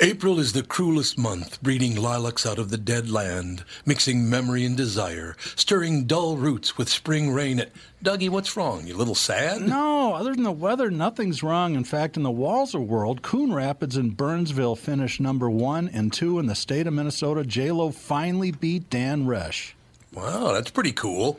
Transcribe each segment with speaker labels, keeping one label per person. Speaker 1: April is the cruelest month, breeding lilacs out of the dead land, mixing memory and desire, stirring dull roots with spring rain at. Dougie, what's wrong? You a little sad?
Speaker 2: No, other than the weather, nothing's wrong. In fact, in the Walzer world, Coon Rapids and Burnsville finished number one and two in the state of Minnesota. J-Lo finally beat Dan Resch.
Speaker 1: Wow, that's pretty cool.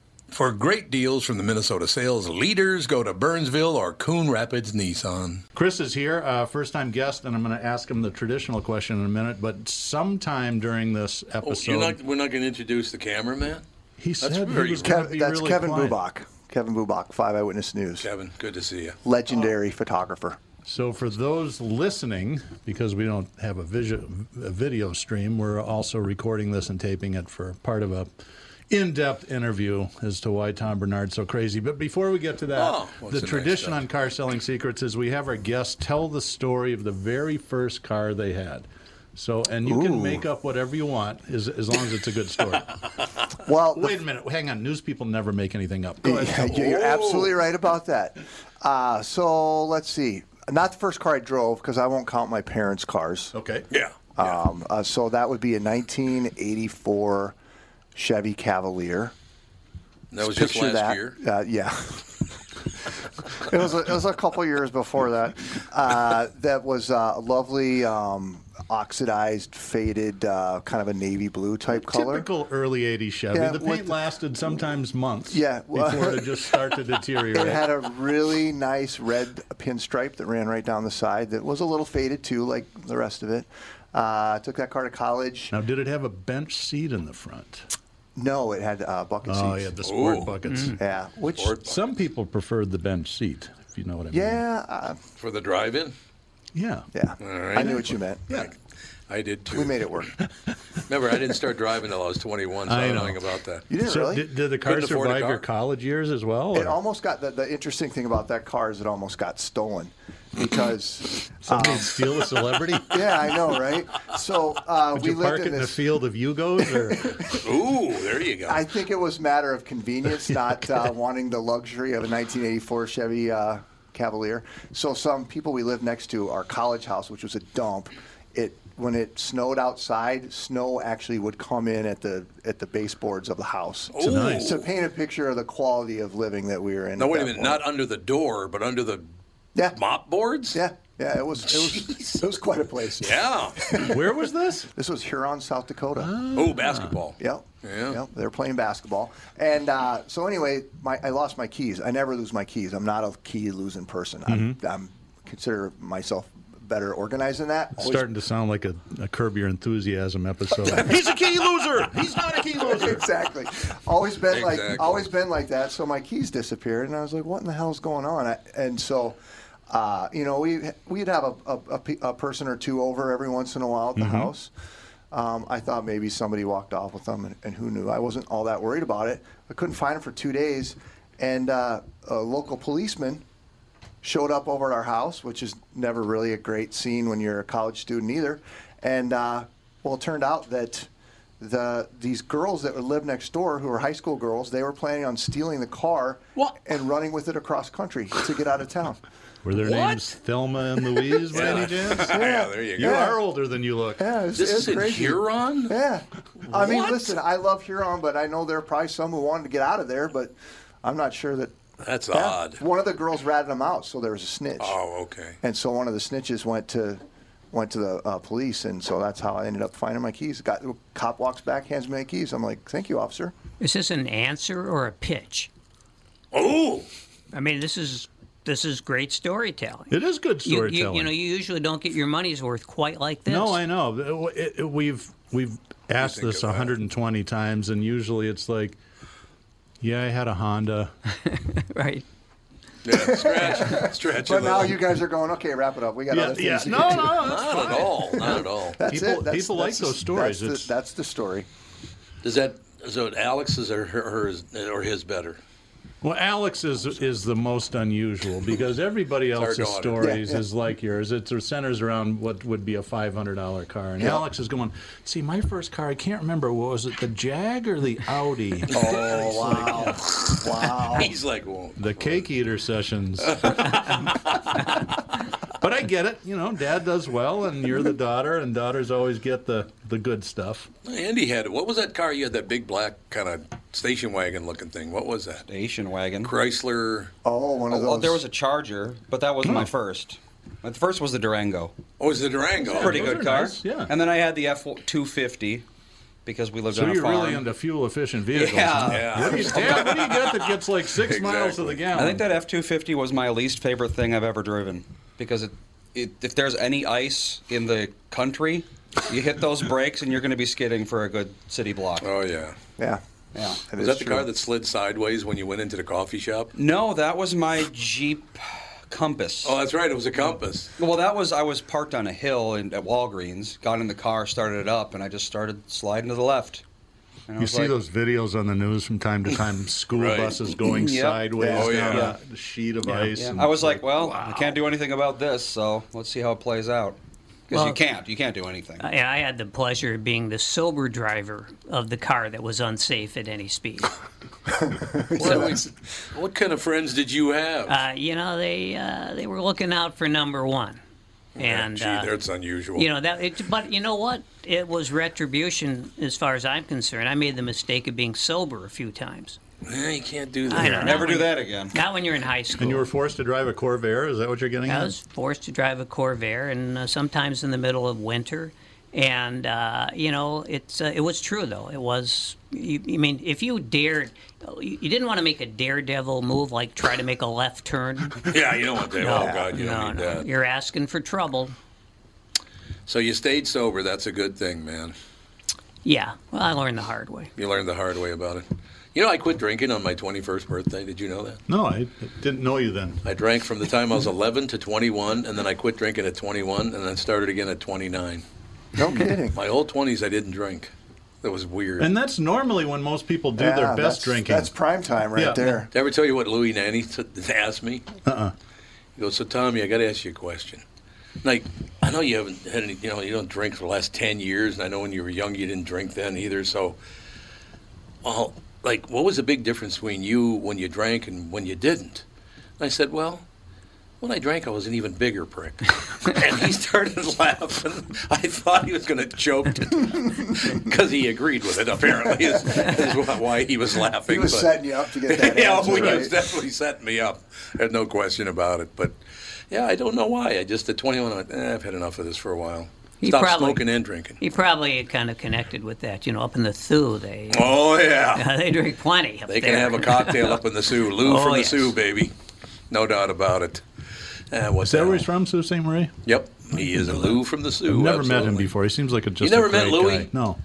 Speaker 1: For great deals from the Minnesota sales leaders, go to Burnsville or Coon Rapids Nissan.
Speaker 2: Chris is here, uh, first time guest, and I'm going to ask him the traditional question in a minute. But sometime during this
Speaker 1: Oh,
Speaker 2: episode,
Speaker 1: we're not going to introduce the cameraman?
Speaker 2: he said
Speaker 1: very
Speaker 2: he was gonna
Speaker 3: Kev-
Speaker 2: be
Speaker 3: that's
Speaker 2: really
Speaker 3: Kevin
Speaker 2: quiet.
Speaker 3: Bubach. Kevin Bubach, Five Eyewitness News,
Speaker 1: Kevin, good to see you.
Speaker 3: legendary
Speaker 2: Oh.
Speaker 3: photographer.
Speaker 2: So for those listening, because we don't have a, visu- a video stream, we're also recording this and taping it for part of a in-depth interview as to why Tom Bernard's so crazy. But before we get to that,
Speaker 1: Oh, well, it's
Speaker 2: the
Speaker 1: a nice
Speaker 2: tradition
Speaker 1: guy.
Speaker 2: on Car Selling Secrets is we have our guests tell the story of the very first car they had. So, and you can make up whatever you want as, as long as it's a good story.
Speaker 3: Well, the
Speaker 2: Wait a minute. Hang on. News people never make anything up. Go ahead.
Speaker 3: Yeah,
Speaker 2: Tom.
Speaker 3: you're, you're
Speaker 2: Oh.
Speaker 3: absolutely right about that. Uh, so let's see. Not the first car I drove because I won't count my parents' cars.
Speaker 2: Okay.
Speaker 1: Yeah.
Speaker 3: Um, uh, so that would be a 1984 Chevy Cavalier.
Speaker 1: That was just
Speaker 3: Picture
Speaker 1: last
Speaker 3: that.
Speaker 1: year.
Speaker 3: Uh, yeah. it was a, it was a couple years before that. Uh, that was uh, a lovely um, oxidized, faded, uh, kind of a navy blue type color.
Speaker 2: Typical early 80s Chevy.
Speaker 3: Yeah,
Speaker 2: the
Speaker 3: with
Speaker 2: paint
Speaker 3: the-
Speaker 2: lasted sometimes months
Speaker 3: Yeah, well-
Speaker 2: before it just started to deteriorate.
Speaker 3: It had a really nice red pinstripe that ran right down the side that was a little faded too, like the rest of it. Uh, I took that car to college.
Speaker 2: now, did it have a bench seat in the front?
Speaker 3: No, it had uh, bucket
Speaker 2: Oh,
Speaker 3: seats. Mm-hmm.
Speaker 2: yeah, the sport
Speaker 1: Ooh.
Speaker 2: buckets.
Speaker 3: Yeah, which
Speaker 1: Sport bucket
Speaker 2: Some people preferred the bench seat, if you know what I mean.
Speaker 3: yeah, uh,
Speaker 1: for the drive-in.
Speaker 2: Yeah.
Speaker 3: yeah.
Speaker 1: right.
Speaker 3: I knew what you meant.
Speaker 2: Yeah.
Speaker 1: I did too.
Speaker 3: We made it work.
Speaker 1: Remember, I didn't start driving until I was 21, so I,
Speaker 2: I
Speaker 1: don't know
Speaker 2: know.
Speaker 1: anything about that.
Speaker 3: You didn't
Speaker 2: So
Speaker 3: really.
Speaker 2: did, did the
Speaker 1: Couldn't
Speaker 2: car
Speaker 1: afford a
Speaker 2: survive your
Speaker 1: car.
Speaker 2: college years as well?
Speaker 3: It
Speaker 2: or-
Speaker 3: almost got the, the interesting thing about that car is it almost got stolen because um,
Speaker 2: Somebody steal a celebrity?
Speaker 3: yeah, I know, right? So uh,
Speaker 2: Did
Speaker 3: we
Speaker 2: you park it
Speaker 3: lived in
Speaker 2: in the
Speaker 3: this.
Speaker 2: field of Yugos? Or...
Speaker 1: Ooh, there you go.
Speaker 3: I think it was a matter of convenience, not uh, wanting the luxury of a 1984 Chevy uh, Cavalier. So some people we lived next to, our college house, which was a dump, it when it snowed outside, snow actually would come in at the at the baseboards of the house.
Speaker 1: Ooh.
Speaker 2: nice.
Speaker 3: To paint a picture of the quality of living that we were in.
Speaker 1: now
Speaker 3: at
Speaker 1: wait a
Speaker 3: that
Speaker 1: minute, not
Speaker 3: point.
Speaker 1: under the door, but under the
Speaker 3: Yeah.
Speaker 1: mop boards.
Speaker 3: Yeah, yeah, it was it was it was quite a place.
Speaker 1: Yeah.
Speaker 2: Where was this?
Speaker 3: This was Huron, South Dakota.
Speaker 1: oh, basketball.
Speaker 3: Yep.
Speaker 1: Yeah.
Speaker 3: Yep. They're playing basketball, and uh, so anyway, my I lost my keys. I never lose my keys. I'm not a key losing person.
Speaker 1: Mm-hmm.
Speaker 3: I'm, I'm consider myself better organized than that. Always-
Speaker 2: Starting to sound like a, a Curb Your Enthusiasm episode.
Speaker 4: He's a key loser. He's not a key loser.
Speaker 3: exactly. Always been
Speaker 1: Exactly.
Speaker 3: like always been like that. So my keys disappeared, and I was like, "What in the hell's going on?" I, and so, uh, you know, we we'd have a, a, a pe- a person or two over every once in a while at the house. Um, I thought maybe somebody walked off with them, and, and who knew? I wasn't all that worried about it. I couldn't find them for two days, and uh, a local policeman showed up over at our house, which is never really a great scene when you're a college student either. And uh, well, it turned out that the these girls that would live next door, who were high school girls, they were planning on stealing the car
Speaker 1: What?
Speaker 3: and running with it across country to get out of town.
Speaker 2: Were
Speaker 1: What?
Speaker 2: their names Thelma and Louise by any chance?
Speaker 1: Yeah, there you go.
Speaker 2: You are older than you look.
Speaker 3: Yeah, it's,
Speaker 1: This
Speaker 3: it's
Speaker 1: is in
Speaker 3: crazy.
Speaker 1: Huron.
Speaker 3: Yeah, I mean,
Speaker 1: What?
Speaker 3: listen, I love Huron, but I know there are probably some who wanted to get out of there, but I'm not sure that.
Speaker 1: That's
Speaker 3: Yeah.
Speaker 1: odd.
Speaker 3: One of the girls ratted them out, so there was a snitch.
Speaker 1: Oh, okay.
Speaker 3: And so one of the snitches went to went to the uh, police, and so that's how I ended up finding my keys. Got cop walks back, hands me my keys. I'm like, "Thank you, officer."
Speaker 5: Is this an answer or a pitch?
Speaker 1: Oh,
Speaker 5: I mean, this is this is great storytelling.
Speaker 2: It is good
Speaker 5: You,
Speaker 2: storytelling.
Speaker 5: you, you know, you usually don't get your money's worth quite like this.
Speaker 2: No, I know. It- it- we've we've asked
Speaker 1: think
Speaker 2: this
Speaker 1: about it.
Speaker 2: 120 times, and usually it's like, "Yeah, I had a Honda."
Speaker 5: right.
Speaker 1: yeah. Stretch, stretch. a
Speaker 3: But now
Speaker 1: little.
Speaker 3: you guys are going, "Okay, wrap it up. We got other things to
Speaker 2: No,
Speaker 3: get to."
Speaker 2: no, that's
Speaker 1: Not
Speaker 2: fine.
Speaker 1: at all. Not at all.
Speaker 3: That's
Speaker 2: People-
Speaker 3: it. That's,
Speaker 2: people like
Speaker 3: that's
Speaker 2: those stories.
Speaker 3: That's
Speaker 2: It's-
Speaker 3: the, that's the story.
Speaker 1: Does that so? Alex's or her, hers or his better?
Speaker 2: Well, Alex is is the most unusual because everybody
Speaker 1: our
Speaker 2: else's
Speaker 1: daughter.
Speaker 2: stories
Speaker 3: Yeah, yeah.
Speaker 2: is like yours. It centers around what would be a five hundred dollar car, and
Speaker 3: Yeah.
Speaker 2: Alex is going. See, my first car, I can't remember. What was it? The Jag or the Audi?
Speaker 3: Oh wow, wow.
Speaker 1: He's like, well,
Speaker 2: the cake eater sessions. but I get it. You know, dad does well, and you're the daughter, and daughters always get the, the good stuff.
Speaker 1: Andy had what was that car you had? That big black kind of station wagon looking thing. What was that?
Speaker 6: Asian wagon.
Speaker 1: Chrysler.
Speaker 3: Oh, one of
Speaker 6: Oh,
Speaker 3: those.
Speaker 6: well, there was a Charger, but that
Speaker 2: Hmm.
Speaker 6: wasn't my first. My first was the Durango.
Speaker 1: Oh, it was the Durango.
Speaker 6: Pretty
Speaker 2: those
Speaker 6: good
Speaker 2: are
Speaker 6: car.
Speaker 2: nice, yeah.
Speaker 6: And then I had the F two fifty because we lived
Speaker 2: So
Speaker 6: on a
Speaker 2: you're
Speaker 6: farm.
Speaker 2: really into fuel efficient vehicles.
Speaker 6: Yeah.
Speaker 2: huh?
Speaker 1: Yeah.
Speaker 2: What do you, dad, what do you get that gets like six miles to the
Speaker 1: Exactly.
Speaker 2: gallon?
Speaker 6: I think that F two fifty was my least favorite thing I've ever driven because it, it if there's any ice in the country, you hit those brakes and you're going to be skidding for a good city block.
Speaker 1: Oh yeah.
Speaker 3: yeah.
Speaker 6: Yeah.
Speaker 3: That
Speaker 1: Was
Speaker 3: is
Speaker 1: that the
Speaker 3: true.
Speaker 1: car that slid sideways when you went into the coffee shop?
Speaker 6: No, that was my Jeep Compass.
Speaker 1: Oh, that's right. It was a Compass.
Speaker 6: Well, that was I was parked on a hill in, at Walgreens. Got in the car, started it up, and I just started sliding to the left. And I
Speaker 2: You
Speaker 6: was
Speaker 2: see
Speaker 6: like,
Speaker 2: those videos on the news from time to time, school
Speaker 1: Right.
Speaker 2: buses going
Speaker 6: Yep.
Speaker 2: sideways
Speaker 1: Oh, yeah.
Speaker 2: down a sheet of ice.
Speaker 6: Yeah.
Speaker 2: and-
Speaker 6: I was like, well, I can't do anything about this, so let's see how it plays out. Because you
Speaker 5: Well-
Speaker 6: can't, you can't do anything.
Speaker 5: I, I had the pleasure of being the sober driver of the car that was unsafe at any speed.
Speaker 1: What, what kind of friends did you have?
Speaker 5: Uh, you know, they uh, they were looking out for number one, and
Speaker 1: Gee,
Speaker 5: uh,
Speaker 1: that's unusual.
Speaker 5: you know that. It, but you know what? It was retribution, as far as I'm concerned. I made the mistake of being sober a few times.
Speaker 1: yeah, you can't do that.
Speaker 5: I know.
Speaker 6: Never
Speaker 5: not when-
Speaker 6: do that again.
Speaker 5: Not when you're in high school.
Speaker 2: and you were forced to drive a Corvair? Is that what you're getting
Speaker 5: I
Speaker 1: Mm.
Speaker 2: at?
Speaker 5: was forced to drive a Corvair, and uh, sometimes in the middle of winter. And uh, you know, it's uh, it was true though. It was. You, you mean if you dared, you, you didn't want to make a daredevil move like try to make a left turn.
Speaker 1: Yeah, you don't want that. oh God, you
Speaker 5: no,
Speaker 1: don't need
Speaker 5: no,
Speaker 1: that.
Speaker 5: you're asking for trouble.
Speaker 1: So you stayed sober. That's a good thing, man.
Speaker 5: Yeah. Well, I learned the hard way.
Speaker 1: You learned the hard way about it. You know, I quit drinking on my 21st birthday. Did you know that?
Speaker 2: No, I didn't know you then.
Speaker 1: I drank from the time I was 11 to 21, and then I quit drinking at 21, and then started again at 29.
Speaker 3: No kidding.
Speaker 1: My whole 20s, I didn't drink. That was weird.
Speaker 2: And that's normally when most people do their
Speaker 3: Yeah,
Speaker 2: best
Speaker 3: that's-
Speaker 2: drinking.
Speaker 3: That's prime time right
Speaker 2: Yeah.
Speaker 3: there.
Speaker 1: Did I ever tell you what Louis Nanny t- asked me? Uh uh
Speaker 3: Uh-uh.
Speaker 1: He goes, So, Tommy, I got to ask you a question. Like, I know you haven't had any, you know, you don't drink for the last 10 years, and I know when you were young you didn't drink then either. So, well, like, what was the big difference between you when you drank and when you didn't? And I said, Well, when I drank, I was an even bigger prick. and he started laughing. I thought he was going to choke because he agreed with it, apparently, is, is why he was laughing.
Speaker 3: He was
Speaker 1: but-
Speaker 3: setting you up to get that
Speaker 1: yeah,
Speaker 3: answer,
Speaker 1: well, he
Speaker 3: right?
Speaker 1: was definitely setting me up. There's no question about it. But yeah, I don't know why. I just at 21, I went, eh, I've had enough of this for a while.
Speaker 5: He
Speaker 1: Stop
Speaker 5: probably-
Speaker 1: smoking and drinking.
Speaker 5: He probably kind of connected with that. You know, up in the Sioux, they
Speaker 1: Oh yeah,
Speaker 5: they drink plenty. Up
Speaker 1: they can
Speaker 5: there.
Speaker 1: have a cocktail up in the Sioux. Lou
Speaker 5: Oh,
Speaker 1: from the
Speaker 5: yes.
Speaker 1: Sioux, baby, no doubt about it. Eh, what's
Speaker 2: Is that where he's
Speaker 1: hell.
Speaker 2: from, Sault Ste. Marie?
Speaker 1: Yep, he is a Lou from the Sioux.
Speaker 2: I've never met him
Speaker 1: absolutely.
Speaker 2: before. He seems like a just
Speaker 1: never
Speaker 2: a
Speaker 1: met
Speaker 2: great
Speaker 1: Louis?
Speaker 2: guy. No.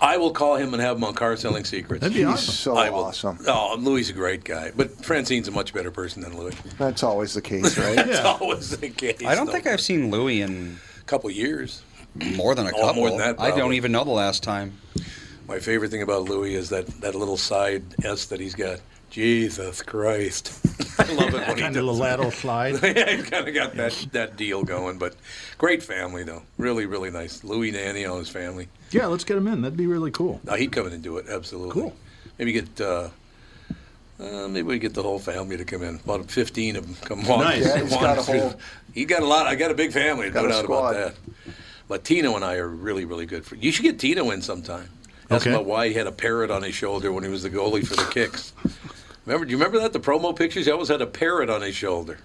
Speaker 1: I will call him and have him on car selling secrets.
Speaker 2: That'd be
Speaker 3: He's
Speaker 2: awesome.
Speaker 3: so
Speaker 1: I will.
Speaker 3: awesome.
Speaker 1: Oh, Louis is a great guy, but Francine's a much better person than Louis.
Speaker 3: That's always the case, right?
Speaker 1: That's always the case.
Speaker 6: I don't think I've seen Louis in
Speaker 1: a couple years.
Speaker 6: more than a
Speaker 1: Oh,
Speaker 6: couple.
Speaker 1: more than that,
Speaker 6: I don't
Speaker 1: probably.
Speaker 6: even know the last time.
Speaker 1: My favorite thing about Louis is that, that little side S that he's got. Jesus Christ. I love it when he
Speaker 2: Kind of a
Speaker 1: does.
Speaker 2: lateral slide.
Speaker 1: yeah, he's kind of got that, that deal going, but great family, though. Really, really nice. Louis Nanny and his family.
Speaker 2: yeah, let's get him in. That'd be really cool.
Speaker 1: No, he'd come in and do it, absolutely.
Speaker 2: Cool.
Speaker 1: Maybe get, uh, uh, maybe we get the whole family to come in. About 15 of them come on.
Speaker 2: Nice.
Speaker 3: Yeah, he's got a whole-
Speaker 1: He got a lot. I got a big family,
Speaker 3: Got
Speaker 1: no
Speaker 3: a
Speaker 1: doubt
Speaker 3: squad.
Speaker 1: about that. But Tino and I are really, really good. For, you should get Tino in sometime. Ask
Speaker 2: Okay.
Speaker 1: him about why he had a parrot on his shoulder when he was the goalie for the Kicks. Remember? Do you remember that the promo pictures? He always had a parrot on his shoulder.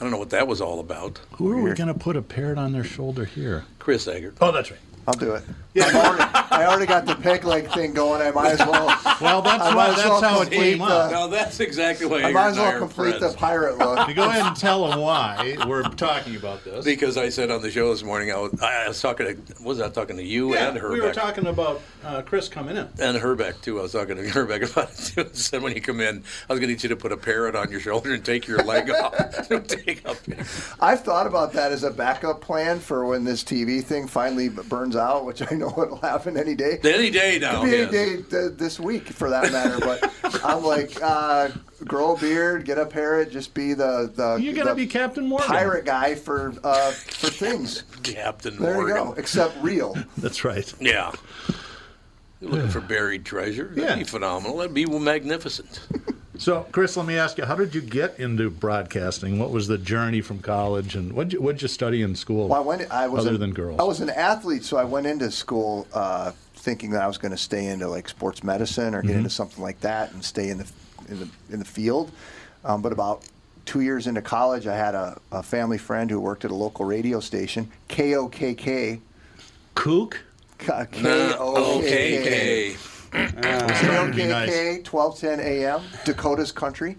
Speaker 1: I don't know what that was all about.
Speaker 2: Who are we going to put a parrot on their shoulder here?
Speaker 1: Chris Eggert.
Speaker 2: Oh, that's right.
Speaker 3: I'll do it. I've already, I already got the peg leg thing going. I might as well.
Speaker 2: Well, that's
Speaker 3: I
Speaker 2: why-
Speaker 3: might as
Speaker 2: that's
Speaker 3: well
Speaker 2: how it
Speaker 3: complete
Speaker 2: came up.
Speaker 3: the-
Speaker 1: Now that's exactly why
Speaker 3: uh, I
Speaker 1: Eggert
Speaker 3: might as
Speaker 1: and I
Speaker 3: well
Speaker 1: are
Speaker 3: complete the
Speaker 1: friends.
Speaker 3: pirate look.
Speaker 2: You go ahead and tell them why we're talking about this.
Speaker 1: Because I said on the show this morning, I was, I was talking to, what was I talking to you
Speaker 2: yeah,
Speaker 1: and Herbeck?
Speaker 2: we were talking about uh, Chris coming in.
Speaker 1: and Herbeck, too. I was talking to Herbeck about it, too. I said, when you come in, I was going to need you to put a parrot on your shoulder and take your leg off. take up.
Speaker 3: I've thought about that as a backup plan for when this TV thing finally b- burns out, which I know it'll happen any day.
Speaker 1: Any day now.
Speaker 3: Could be
Speaker 1: yes.
Speaker 3: any day th- this week, for that matter. But I'm like, uh, grow a beard, get a parrot, just be the the,
Speaker 2: You're going to
Speaker 3: the
Speaker 2: be Captain Morgan.
Speaker 3: pirate guy for uh, for things.
Speaker 1: Captain
Speaker 3: There
Speaker 1: Morgan.
Speaker 3: you go. Except real.
Speaker 2: That's right.
Speaker 1: Yeah. You're looking for buried treasure. That'd
Speaker 2: Yeah.
Speaker 1: be phenomenal. That'd be magnificent.
Speaker 2: So, Chris, let me ask you: How did you get into broadcasting? What was the journey from college, and what you, what'd you study in school?
Speaker 3: Well, I went. I was
Speaker 2: other
Speaker 3: an,
Speaker 2: than girls.
Speaker 3: I was an athlete, so I went into school uh, thinking that I was going to stay into like sports medicine or
Speaker 2: Mm-hmm.
Speaker 3: get into something like that and stay in the in the in the field. Um, but about two years into college, I had a, a family friend who worked at a local radio station, KOKK.
Speaker 2: kook.
Speaker 3: K- KOKK.
Speaker 1: Okay.
Speaker 2: would be nice.
Speaker 3: KOKK, 1210 AM, Dakota's Country.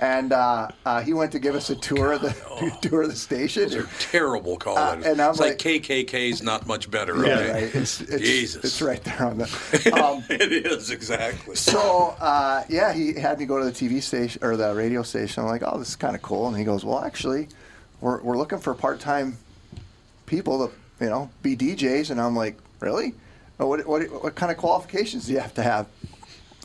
Speaker 3: And uh, uh, he went to give us a tour of the tour of the station.
Speaker 1: They're terrible call
Speaker 3: Uh,
Speaker 1: letters.
Speaker 3: and I'm
Speaker 1: it's like,
Speaker 3: like-
Speaker 1: KKK's not much better.
Speaker 3: Yeah,
Speaker 1: okay?
Speaker 3: right. It's, it's,
Speaker 1: Jesus.
Speaker 3: it's right there on the. Um,
Speaker 1: it is, exactly.
Speaker 3: so uh, yeah, he had me go to the TV station or the radio station. I'm like, oh, this is kind of cool. And he goes, well, actually, we're we're looking for part time people to you know be DJs. And I'm like, really? Oh, What what what kind of qualifications do you have to have?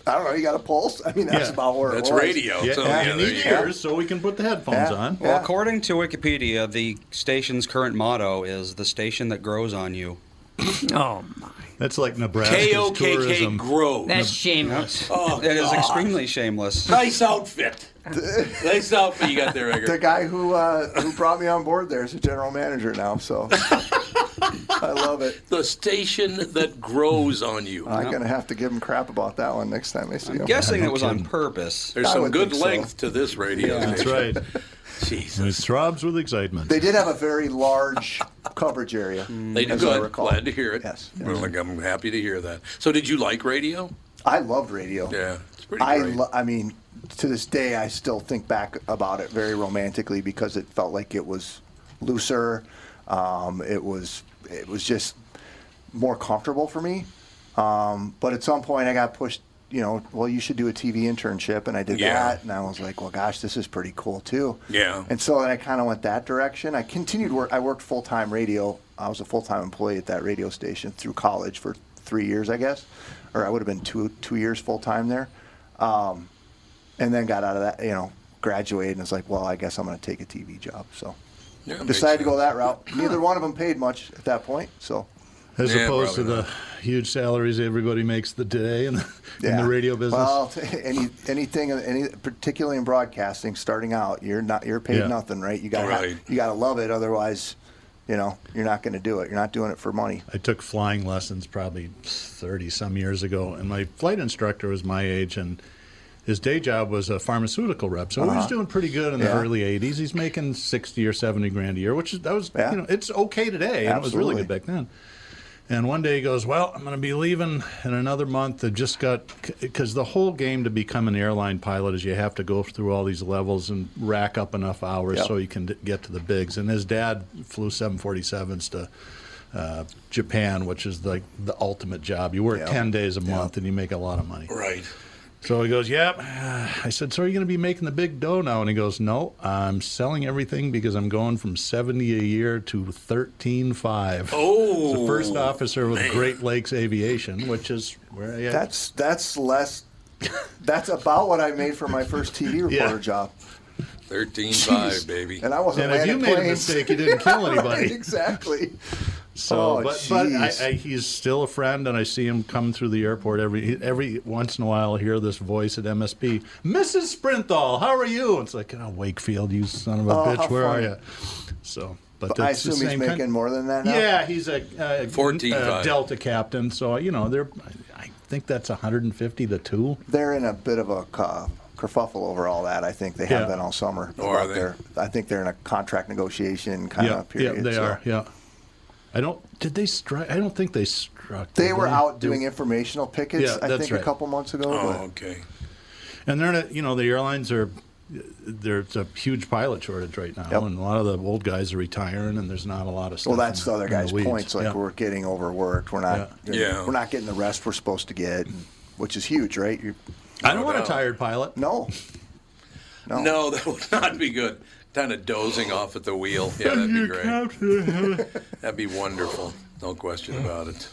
Speaker 3: I don't know. You got a pulse? I mean, that's
Speaker 2: Yeah.
Speaker 3: about where it
Speaker 1: That's
Speaker 3: was.
Speaker 1: radio.
Speaker 2: Yeah,
Speaker 1: so,
Speaker 2: you
Speaker 1: yeah, there
Speaker 2: need
Speaker 1: you go.
Speaker 2: ears so we can put the headphones
Speaker 3: Yeah.
Speaker 2: on.
Speaker 3: Yeah.
Speaker 6: Well, according to Wikipedia, the station's current motto is "the station that grows on you."
Speaker 5: Oh my,
Speaker 2: That's like Nebraska's
Speaker 1: KOKK
Speaker 2: tourism.
Speaker 1: Grow.
Speaker 5: that's shameless.
Speaker 1: Oh,
Speaker 6: it is extremely shameless.
Speaker 1: nice outfit. nice outfit you got there,
Speaker 3: The
Speaker 1: Edgar.
Speaker 3: guy who uh, who brought me on board there is a general manager now, so I love it.
Speaker 1: The station that grows on you.
Speaker 3: I'm gonna have to give him crap about that one next time I see him.
Speaker 6: Guessing it was on purpose.
Speaker 1: There's
Speaker 3: I
Speaker 1: some
Speaker 3: would
Speaker 1: good
Speaker 3: think so.
Speaker 1: length to this radio.
Speaker 2: That's
Speaker 1: station.
Speaker 2: right. It
Speaker 1: Jesus.
Speaker 2: throbs with excitement.
Speaker 3: They did have a very large coverage area.
Speaker 1: They do
Speaker 3: as I
Speaker 1: good.
Speaker 3: recall.
Speaker 1: Glad to hear it.
Speaker 3: Yes.
Speaker 1: Well, like, I'm happy to hear that. So, did you like radio?
Speaker 3: I loved radio.
Speaker 1: Yeah, it's pretty
Speaker 3: I,
Speaker 1: great.
Speaker 3: lo- I mean, to this day, I still think back about it very romantically because it felt like it was looser. Um, it was, it was just more comfortable for me. Um, but at some point, I got pushed. You know, well, you should do a TV internship, and I did
Speaker 1: Yeah.
Speaker 3: that, and I was like, well, gosh, this is pretty cool too.
Speaker 1: Yeah.
Speaker 3: And so then I kind of went that direction. I continued work. I worked full time radio. I was a full time employee at that radio station through college for three years, I guess, or I would have been two two years full time there. Um, and then got out of that. You know, graduated and was like, well, I guess I'm going to take a TV job. So
Speaker 1: Yeah, it makes
Speaker 3: decided to go
Speaker 1: sense.
Speaker 3: that route. Neither one of them paid much at that point. So
Speaker 2: As
Speaker 1: Yeah,
Speaker 2: opposed to
Speaker 1: probably
Speaker 2: the huge salaries everybody makes the day in, in the radio business.
Speaker 3: Well, t- any anything, any particularly in broadcasting, starting out, you're not you're paid
Speaker 2: Yeah.
Speaker 3: nothing, right? You got
Speaker 1: Right.
Speaker 3: you got to love it, otherwise, you know, you're not going to do it. You're not doing it for money.
Speaker 2: I took flying lessons probably 30 some years ago, and my flight instructor was my age, and his day job was a pharmaceutical rep. So he was doing pretty good in the
Speaker 3: Uh-huh. Yeah.
Speaker 2: early 80s. He's making 60 or 70 grand a year, which is, that was,
Speaker 3: Yeah.
Speaker 2: you know, it's okay today. and It was really good
Speaker 3: Absolutely.
Speaker 2: back then. And one day he goes, Well, I'm going to be leaving in another month. I just got, because the whole game to become an airline pilot is you have to go through all these levels and rack up enough hours
Speaker 3: Yep.
Speaker 2: so you can d- get to the bigs. And his dad flew 747s to uh, Japan, which is like the ultimate job. You work
Speaker 3: Yeah.
Speaker 2: 10 days a month and you make a lot of money.
Speaker 1: Right.
Speaker 2: So he goes, Yep. I said, So are you going to be making the big dough now? And he goes, No, I'm selling everything because I'm going from 70 a year to 13.5.
Speaker 1: Oh.
Speaker 2: He's a first officer with
Speaker 1: man.
Speaker 2: Great Lakes Aviation, which is where I
Speaker 3: That's that's less. That's about what I made for my first TV reporter
Speaker 2: Yeah.
Speaker 3: job,
Speaker 1: 13.5, baby.
Speaker 3: and I wasn't.
Speaker 2: And if you
Speaker 3: landing
Speaker 2: made a
Speaker 3: planes.
Speaker 2: mistake, you didn't kill anybody.
Speaker 3: Right, exactly.
Speaker 2: So,
Speaker 3: Oh,
Speaker 2: but, but
Speaker 3: jeez.
Speaker 2: I, I, he's still a friend, and I see him come through the airport every every once in a while. I hear this voice at MSP, Mrs. Sprinthal, how are you? It's like, oh, Wakefield, you son of a
Speaker 3: Oh, how
Speaker 2: bitch, where
Speaker 3: funny.
Speaker 2: are you? So, but,
Speaker 3: But I
Speaker 2: that's
Speaker 3: assume
Speaker 2: the same
Speaker 3: he's making
Speaker 2: kind-
Speaker 3: more than that. Now.
Speaker 2: Yeah, he's a, uh
Speaker 1: 14,
Speaker 2: uh,
Speaker 1: five.
Speaker 2: Delta captain. So you know, they're I I think that's 150 to two.
Speaker 3: they're in a bit of a ca- kerfuffle over all that. I think they have
Speaker 2: Yeah.
Speaker 3: been all summer.
Speaker 1: Oh, are
Speaker 3: about
Speaker 1: they?
Speaker 3: their- I think they're in a contract negotiation kind
Speaker 2: yeah,
Speaker 3: of period.
Speaker 2: yeah, they
Speaker 3: so-
Speaker 2: are. Yeah, I don't. Did they strike? I don't think they struck.
Speaker 3: They
Speaker 2: did
Speaker 3: were out
Speaker 2: Mm-hmm. They-
Speaker 3: doing informational pickets,
Speaker 2: Yeah,
Speaker 3: I
Speaker 2: that's
Speaker 3: think,
Speaker 2: right.
Speaker 3: a couple months ago.
Speaker 1: oh,
Speaker 3: but
Speaker 1: okay.
Speaker 2: And they're not, you know, the airlines are, there's a huge pilot shortage right now.
Speaker 3: Yep.
Speaker 2: And a lot of the old guys are retiring and there's not a lot of stuff.
Speaker 3: well, that's the other
Speaker 2: in the
Speaker 3: guy's
Speaker 2: weeds.
Speaker 3: points. Like
Speaker 2: Yeah.
Speaker 3: we're getting overworked. We're not.
Speaker 1: Yeah. Yeah.
Speaker 3: We're not getting the rest we're supposed to get, which is huge, right? You're,
Speaker 2: I don't want a
Speaker 1: doubt.
Speaker 2: tired pilot.
Speaker 3: no. No.
Speaker 1: No, that would not be good. Kind of dozing off at the wheel. Yeah, that'd be
Speaker 2: You
Speaker 1: great.
Speaker 2: captain.
Speaker 1: That'd be wonderful. No question about it.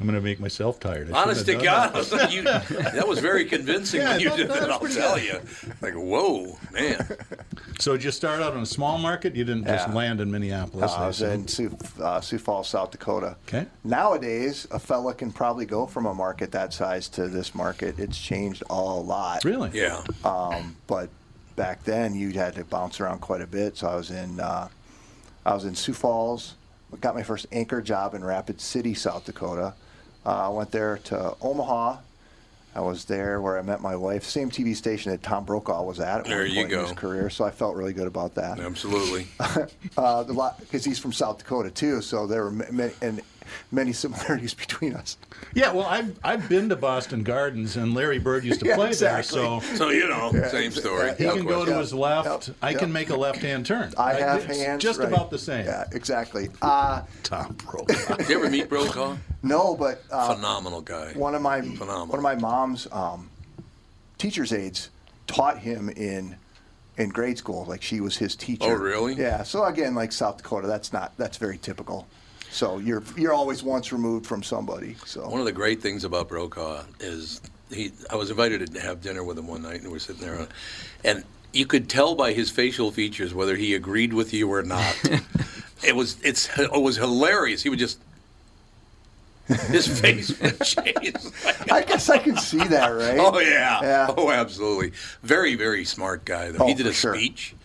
Speaker 2: I'm going to make myself tired. I
Speaker 1: Honest
Speaker 2: shouldn't
Speaker 1: to
Speaker 2: have done
Speaker 1: God, you, that was very convincing
Speaker 2: Yeah,
Speaker 1: when you
Speaker 2: that-
Speaker 1: did
Speaker 2: that
Speaker 1: that.
Speaker 2: was
Speaker 1: I'll
Speaker 2: pretty
Speaker 1: tell
Speaker 2: good.
Speaker 1: you. Like, whoa, man.
Speaker 2: that. So did you start out in a small market? You didn't just
Speaker 3: Yeah.
Speaker 2: land in Minneapolis.
Speaker 3: I was Uh, in Sioux, uh, Sioux Falls, South Dakota.
Speaker 2: Okay.
Speaker 3: Nowadays, a fella can probably go from a market that size to this market. It's changed a lot.
Speaker 2: Really?
Speaker 1: Yeah.
Speaker 3: Um, but back then, you had to bounce around quite a bit. So I was in, uh, I was in Sioux Falls. Got my first anchor job in Rapid City, South Dakota. Uh, I went there to Omaha. I was there where I met my wife. Same TV station that Tom Brokaw was at. at
Speaker 1: There
Speaker 3: one
Speaker 1: you
Speaker 3: point in his
Speaker 1: go.
Speaker 3: career, so I felt really good about that Uh,
Speaker 1: Absolutely.
Speaker 3: because he's from South Dakota too. So there were ma- many and many similarities between us.
Speaker 2: Yeah, well, I've, I've been to Boston Gardens and Larry Bird used to
Speaker 3: Yeah,
Speaker 2: play
Speaker 3: exactly.
Speaker 2: there. So
Speaker 1: So, you know, same story.
Speaker 2: he
Speaker 1: no
Speaker 2: can go to
Speaker 1: question.
Speaker 2: his left.
Speaker 3: Yep.
Speaker 2: I
Speaker 3: Yep.
Speaker 2: can make a left hand turn.
Speaker 3: I have
Speaker 2: Uh, it's
Speaker 3: hands.
Speaker 2: Just
Speaker 3: right.
Speaker 2: about the same.
Speaker 3: Yeah, exactly. Uh,
Speaker 2: Tom Brokaw.
Speaker 1: Did you ever meet Brokaw?
Speaker 3: no, but uh,
Speaker 1: Phenomenal guy.
Speaker 3: one of my
Speaker 1: Phenomenal.
Speaker 3: one of my mom's um, teachers' aides taught him in in grade school. Like she was his teacher.
Speaker 1: Oh, really?
Speaker 3: Yeah. So again, like South Dakota, that's not that's very typical. So you're you're always once removed from somebody. So
Speaker 1: One of the great things about Brokaw is he. I was invited to have dinner with him one night, and we were sitting there, and you could tell by his facial features whether he agreed with you or not. it was it's it was hilarious. He would just his face would change.
Speaker 3: I guess I can see that, right?
Speaker 1: Oh yeah.
Speaker 3: Yeah.
Speaker 1: Oh, absolutely. Very, very smart guy. Though
Speaker 3: Oh,
Speaker 1: he did
Speaker 3: for
Speaker 1: a
Speaker 3: sure.
Speaker 1: speech.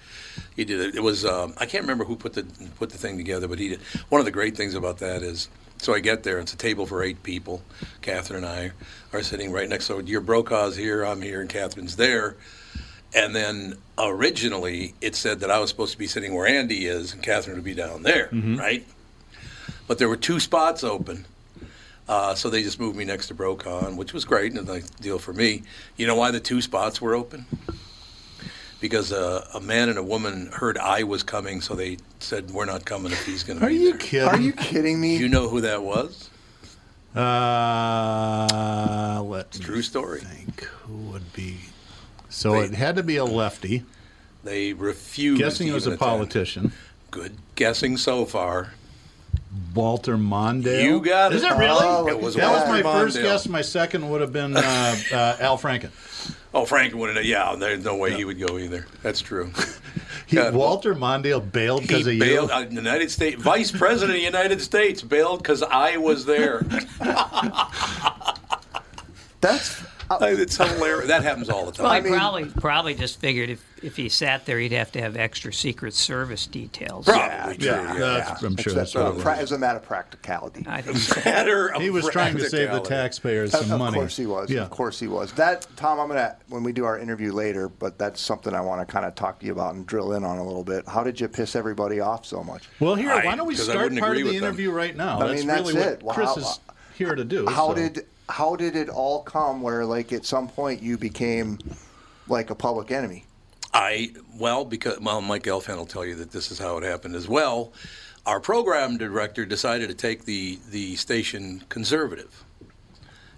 Speaker 1: He did it. It was um, I can't remember who put the put the thing together, but he did. One of the great things about that is, so I get there. It's a table for eight people. Catherine and I are sitting right next. So your Brokaw's here, I'm here, and Catherine's there. And then originally it said that I was supposed to be sitting where Andy is, and Catherine would be down there,
Speaker 3: Mm-hmm.
Speaker 1: right? But there were two spots open. Uh, so they just moved me next to Brocon, which was great and a nice deal for me. You know why the two spots were open? Because uh, a man and a woman heard I was coming, so they said, "We're not coming if he's going to
Speaker 2: Are
Speaker 1: be
Speaker 2: you
Speaker 1: there."
Speaker 2: kidding?
Speaker 3: Are you kidding me?
Speaker 1: You know who that was?
Speaker 2: Uh, let's
Speaker 1: True story.
Speaker 2: think who would be. So
Speaker 1: They-
Speaker 2: it had to be a lefty.
Speaker 1: They refused.
Speaker 2: Guessing it was
Speaker 1: even
Speaker 2: a
Speaker 1: attempt.
Speaker 2: politician.
Speaker 1: Good guessing so far.
Speaker 2: Walter Mondale.
Speaker 1: You got
Speaker 2: Is
Speaker 1: it.
Speaker 2: it really?
Speaker 1: Oh, it was
Speaker 2: that was my
Speaker 1: Walter
Speaker 2: first
Speaker 1: Mondale.
Speaker 2: guess. My second would have been uh, uh, Al Franken.
Speaker 1: Oh, Frank wouldn't. have- Yeah, there's no way he would go either. That's true.
Speaker 2: He,
Speaker 1: God.
Speaker 2: Walter Mondale bailed
Speaker 1: He
Speaker 2: because of
Speaker 1: bailed.
Speaker 2: you.
Speaker 1: uh, United States Vice President of the United States bailed because I was there.
Speaker 3: That's
Speaker 5: Oh.
Speaker 1: it's hilarious. That happens all the time.
Speaker 5: Well,
Speaker 3: mean-
Speaker 5: he probably probably just figured if, if he sat there, he'd have to have extra Secret Service details.
Speaker 1: Probably true.
Speaker 2: Yeah, that's- I'm sure that's,
Speaker 3: that's
Speaker 2: what
Speaker 3: a
Speaker 2: it was.
Speaker 3: pra- as a matter of practicality.
Speaker 5: I think so.
Speaker 1: Matter of
Speaker 2: He was trying to save the
Speaker 1: practicality.
Speaker 2: taxpayers
Speaker 3: Of-
Speaker 2: some money.
Speaker 3: Of course he was.
Speaker 2: Yeah.
Speaker 3: Of course he was. That Tom, I'm gonna when we do our interview later, but that's something I want to kind of talk to you about and drill in on a little bit. How did you piss everybody off so much?
Speaker 2: Well, here,
Speaker 1: I-
Speaker 2: why don't we
Speaker 1: 'cause I
Speaker 2: start
Speaker 1: wouldn't
Speaker 2: part of
Speaker 1: agree
Speaker 2: the
Speaker 1: with them.
Speaker 2: interview right now?
Speaker 3: I
Speaker 2: that's
Speaker 3: mean, that's
Speaker 2: really
Speaker 3: it.
Speaker 2: what
Speaker 3: Well,
Speaker 2: Chris
Speaker 3: how-
Speaker 2: is here to do.
Speaker 3: How
Speaker 2: so.
Speaker 3: did how did it all come where like at some point you became like a public enemy?
Speaker 1: I well because well Mike Elfan will tell you that this is how it happened as well. Our program director decided to take the the station conservative,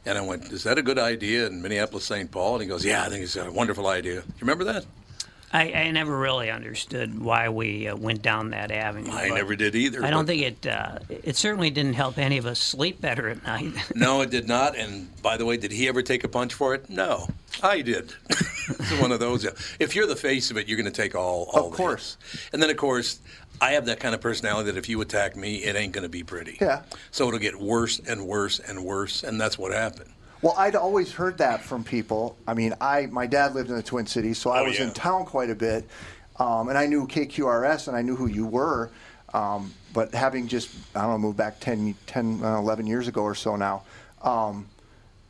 Speaker 1: and I went, "Is that a good idea?" In Minneapolis, St. Paul, and he goes, "Yeah, I think it's a wonderful idea." You remember that?
Speaker 5: I, I never really understood why we uh, went down that avenue.
Speaker 1: I
Speaker 5: but
Speaker 1: never did either.
Speaker 5: I don't
Speaker 1: but-
Speaker 5: think it. Uh, it certainly didn't help any of us sleep better at night.
Speaker 1: No, it did not. And by the way, did he ever take a punch for it? No, I did. it's one of those. yeah. If you're the face of it, you're going to take all. all
Speaker 3: Of
Speaker 1: the
Speaker 3: course.
Speaker 1: hits. And then, of course, I have that kind of personality that if you attack me, it ain't going to be pretty.
Speaker 3: Yeah.
Speaker 1: So it'll get worse and worse and worse, and that's what happened.
Speaker 3: Well, I'd always heard that from people. I mean, I my dad lived in the Twin Cities, so I
Speaker 1: Oh,
Speaker 3: was
Speaker 1: yeah.
Speaker 3: in town quite a bit, um, and I knew KQRS and I knew who you were. Um, but having just I don't know moved back 10, 10 uh, 11 years ago or so now, um,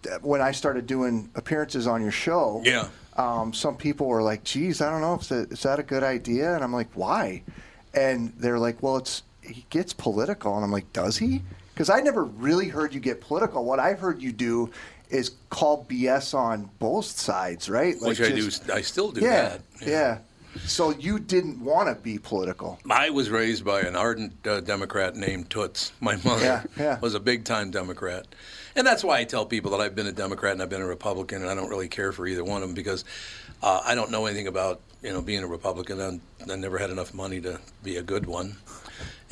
Speaker 3: th- when I started doing appearances on your show,
Speaker 1: Yeah.
Speaker 3: um, some people were like, "Geez, I don't know if that, is that a good idea," and I'm like, "Why?" And they're like, "Well, it's he gets political," and I'm like, "Does he?" Because I never really heard you get political. What I've heard you do is call BS on both sides, right?
Speaker 1: Which I do.
Speaker 3: just-
Speaker 1: I still do
Speaker 3: yeah,
Speaker 1: that.
Speaker 3: yeah, So you didn't want to be political.
Speaker 1: I was raised by an ardent uh, Democrat named Toots. My mother
Speaker 3: Yeah, yeah.
Speaker 1: was a big time Democrat. And that's why I tell people that I've been a Democrat and I've been a Republican, and I don't really care for either one of them because uh, I don't know anything about you know being a Republican. i I never had enough money to be a good one.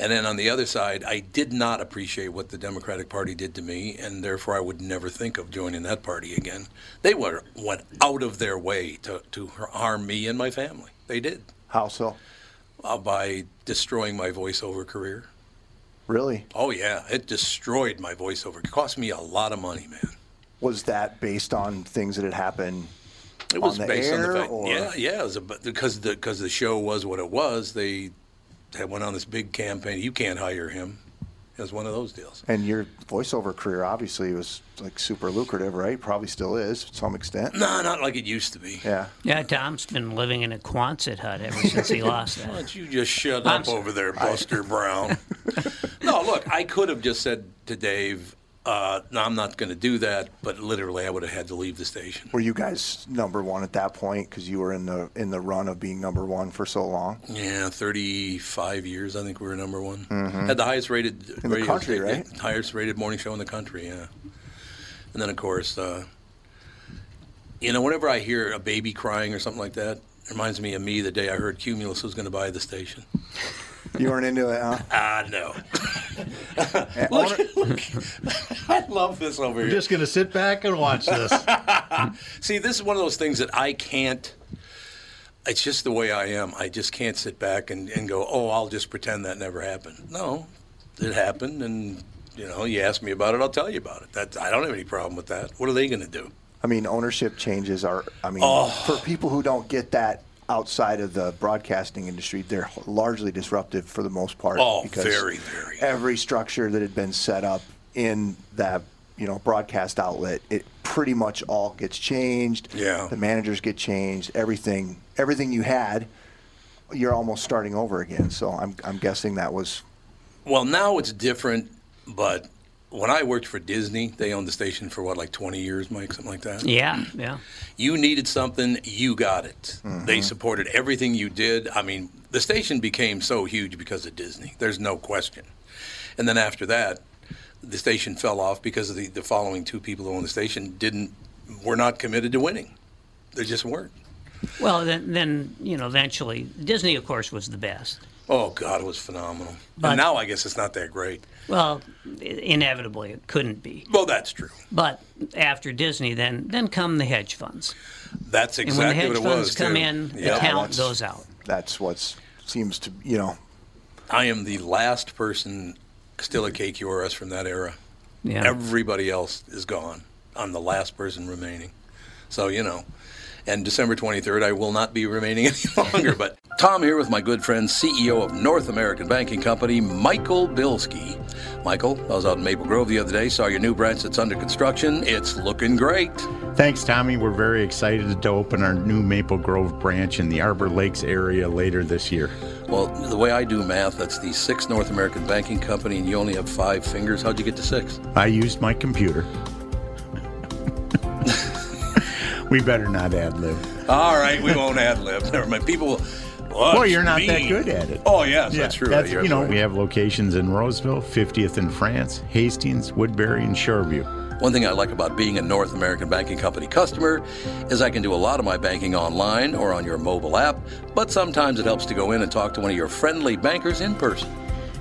Speaker 1: And then on the other side, I did not appreciate what the Democratic Party did to me, and therefore I would never think of joining that party again. They were went out of their way to, to harm me and my family. They did
Speaker 3: How so?
Speaker 1: uh, by destroying my voiceover career.
Speaker 3: Really?
Speaker 1: Oh yeah, it destroyed my voiceover. It cost me a lot of money, man.
Speaker 3: Was that based on things that had happened?
Speaker 1: It was
Speaker 3: On the
Speaker 1: based on
Speaker 3: air,
Speaker 1: the fact,
Speaker 3: or-
Speaker 1: yeah, yeah, it was a, but because the because the show was what it was. They had went on this big campaign. You can't hire him. It was one of those deals.
Speaker 3: And your voiceover career obviously was like super lucrative, right? Probably still is to some extent.
Speaker 1: No, not like it used to be.
Speaker 3: Yeah.
Speaker 5: yeah, Tom's been living in a Quonset hut ever since he lost
Speaker 1: Why
Speaker 5: that.
Speaker 1: don't you just shut
Speaker 5: I'm
Speaker 1: up
Speaker 5: sorry.
Speaker 1: over there, Buster Brown? no, look, I could have just said to Dave, uh, "No, I'm not going to do that." But literally, I would have had to leave the station.
Speaker 3: Were you guys number one at that point because you were in the in the run of being number one for so long?
Speaker 1: Yeah, 35 years, I think we were number one. Had the highest rated
Speaker 3: Mm-hmm. the
Speaker 1: radio
Speaker 3: country,
Speaker 1: sta-
Speaker 3: right?
Speaker 1: Highest rated morning show in the country, yeah. And then, of course, uh, you know, whenever I hear a baby crying or something like that, it reminds me of me the day I heard Cumulus was going to buy the station.
Speaker 3: You weren't into it, huh?
Speaker 1: Ah, no.
Speaker 3: Eh,
Speaker 1: look, look, I love this over
Speaker 2: We're
Speaker 1: here.
Speaker 2: just going to sit back and watch this.
Speaker 1: See, this is one of those things that I can't. It's just the way I am. I just can't sit back and, and go, oh, I'll just pretend that never happened. No, it happened, and you know, you ask me about it, I'll tell you about it. That I don't have any problem with that. What are they going to do?
Speaker 3: I mean, ownership changes are. I mean,
Speaker 1: Oh.
Speaker 3: for people who don't get that outside of the broadcasting industry, they're largely disruptive for the most part.
Speaker 1: Oh, very, very.
Speaker 3: Every structure that had been set up in that you know broadcast outlet, it pretty much all gets changed.
Speaker 1: Yeah.
Speaker 3: the managers get changed. Everything, everything you had, you're almost starting over again. So I'm, I'm guessing that was
Speaker 1: Well, now it's different, but when I worked for Disney, they owned the station for what, like 20 years, Mike, something like that.
Speaker 5: Yeah, yeah.
Speaker 1: You needed something, you got it. They supported everything you did. I mean, the station became so huge because of Disney. There's no question. And then after that, the station fell off because of the, the following two people who owned the station didn't were not committed to winning. They just weren't.
Speaker 5: Well, then, then you know, eventually Disney, of course, was the best.
Speaker 1: Oh God, it was phenomenal.
Speaker 5: But-
Speaker 1: and now I guess it's not that great.
Speaker 5: Well, i- inevitably it couldn't be.
Speaker 1: Well, that's true.
Speaker 5: But after Disney, then then come the hedge funds,
Speaker 1: That's
Speaker 5: and when the
Speaker 1: exactly
Speaker 5: hedge
Speaker 1: what it
Speaker 5: funds
Speaker 1: was.
Speaker 5: come
Speaker 1: too.
Speaker 5: in, the
Speaker 1: Yeah.
Speaker 5: talent
Speaker 3: That's-
Speaker 5: goes out.
Speaker 3: That's what seems to you know.
Speaker 1: I am the last person still at KQRS from that era.
Speaker 5: Yeah.
Speaker 1: Everybody else is gone. I'm the last person remaining. So, you know. And December 23rd, I will not be remaining any longer. But Tom here with my good friend, CEO of North American Banking Company, Michael Bilski. Michael, I was out in Maple Grove the other day, saw your new branch that's under construction. It's looking great.
Speaker 7: Thanks, Tommy. We're very excited to open our new Maple Grove branch in the Arbor Lakes area later this year.
Speaker 1: Well, the way I do math, that's the sixth North American Banking Company, and you only have five fingers. How'd you get to six?
Speaker 7: I used my computer. we better not ad lib.
Speaker 1: All right, we won't ad lib. Never mind. People will.
Speaker 7: Well, you're not that good at it.
Speaker 1: Oh, yes, that's true. You're
Speaker 7: you know,
Speaker 1: right.
Speaker 7: we have locations in Roseville, 50th in France, Hastings, Woodbury, and Shoreview.
Speaker 1: One thing I like about being a North American Banking Company customer is I can do a lot of my banking online or on your mobile app, but sometimes it helps to go in and talk to one of your friendly bankers in person.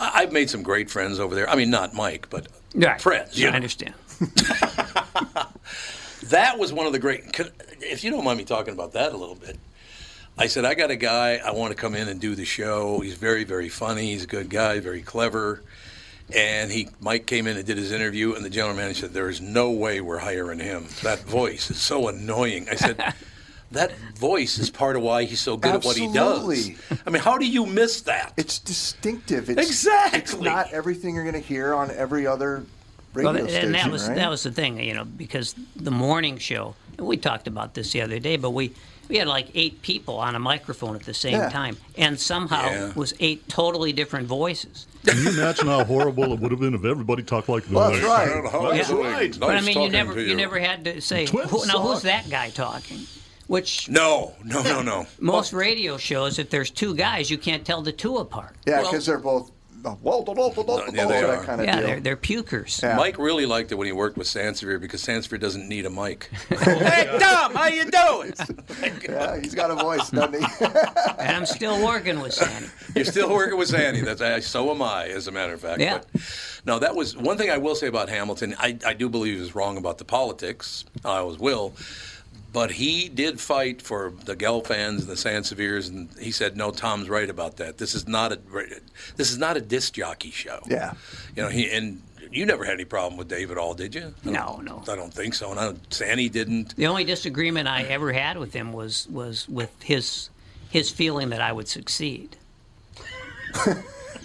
Speaker 1: I- I've made some great friends over there. I mean, not Mike, but
Speaker 5: Right.
Speaker 1: friends. you
Speaker 5: I
Speaker 1: know.
Speaker 5: understand.
Speaker 1: That was one of the great. could- If you don't mind me talking about that a little bit, I said I got a guy I want to come in and do the show. He's very, very funny. He's a good guy, very clever. And he, Mike, came in and did his interview, and the general manager said, "There is no way we're hiring him. That voice is so annoying." I said, "That voice is part of why he's so good at what he
Speaker 3: Absolutely.
Speaker 1: does." I mean, how do you miss that?
Speaker 3: It's distinctive. It's, It's
Speaker 1: Exactly.
Speaker 3: not everything you're going to hear on every other radio
Speaker 5: Well, th-
Speaker 3: station.
Speaker 5: and that was
Speaker 3: right?
Speaker 5: that was the thing, you know, because the morning show. and We talked about this the other day, but we we had like eight people on a microphone at the same
Speaker 3: Yeah.
Speaker 5: time, and somehow
Speaker 1: Yeah.
Speaker 5: it was eight totally different voices.
Speaker 2: Can you imagine how horrible it would have been if everybody talked like this?
Speaker 3: Well, that's
Speaker 1: I don't know
Speaker 3: right.
Speaker 1: how
Speaker 5: Yeah.
Speaker 1: it's doing.
Speaker 2: Right.
Speaker 1: Nice
Speaker 2: But
Speaker 5: but I mean, you
Speaker 1: talking
Speaker 5: never
Speaker 1: to
Speaker 5: you. never had to say
Speaker 2: Twin
Speaker 5: who, now who's
Speaker 2: song.
Speaker 5: that guy talking, which
Speaker 1: No, no, no, no.
Speaker 5: most radio shows if there's two guys you can't tell the two apart.
Speaker 3: Yeah,
Speaker 1: Well-
Speaker 3: because they're both. uh, Well,
Speaker 1: Yeah, they are.
Speaker 3: that kind of
Speaker 5: yeah,
Speaker 3: deal.
Speaker 5: they're they're pukers.
Speaker 1: Mike really liked it when he worked with Sansevier because Sansevier doesn't need a mic. hey, Tom, how you doing?
Speaker 3: yeah, he's got a voice, doesn't he?
Speaker 5: And I'm still working with Sandy.
Speaker 1: You're still working with Sandy. That's I, so am I, as a matter of fact.
Speaker 5: Yeah.
Speaker 1: But, no, that was one thing I will say about Hamilton. I, I do believe he was wrong about the politics. I always will. But he did fight for the Gelfans and the Sanseviers, and he said, "No, Tom's right about that. This is not a this is not a disc jockey show."
Speaker 3: Yeah.
Speaker 1: you know he and you never had any problem with Dave at all, did you? I
Speaker 5: No,
Speaker 1: don't-
Speaker 5: no.
Speaker 1: I don't think so. And I, don't- Sandy didn't.
Speaker 5: The only disagreement I ever had with him was was with his his feeling that I would succeed.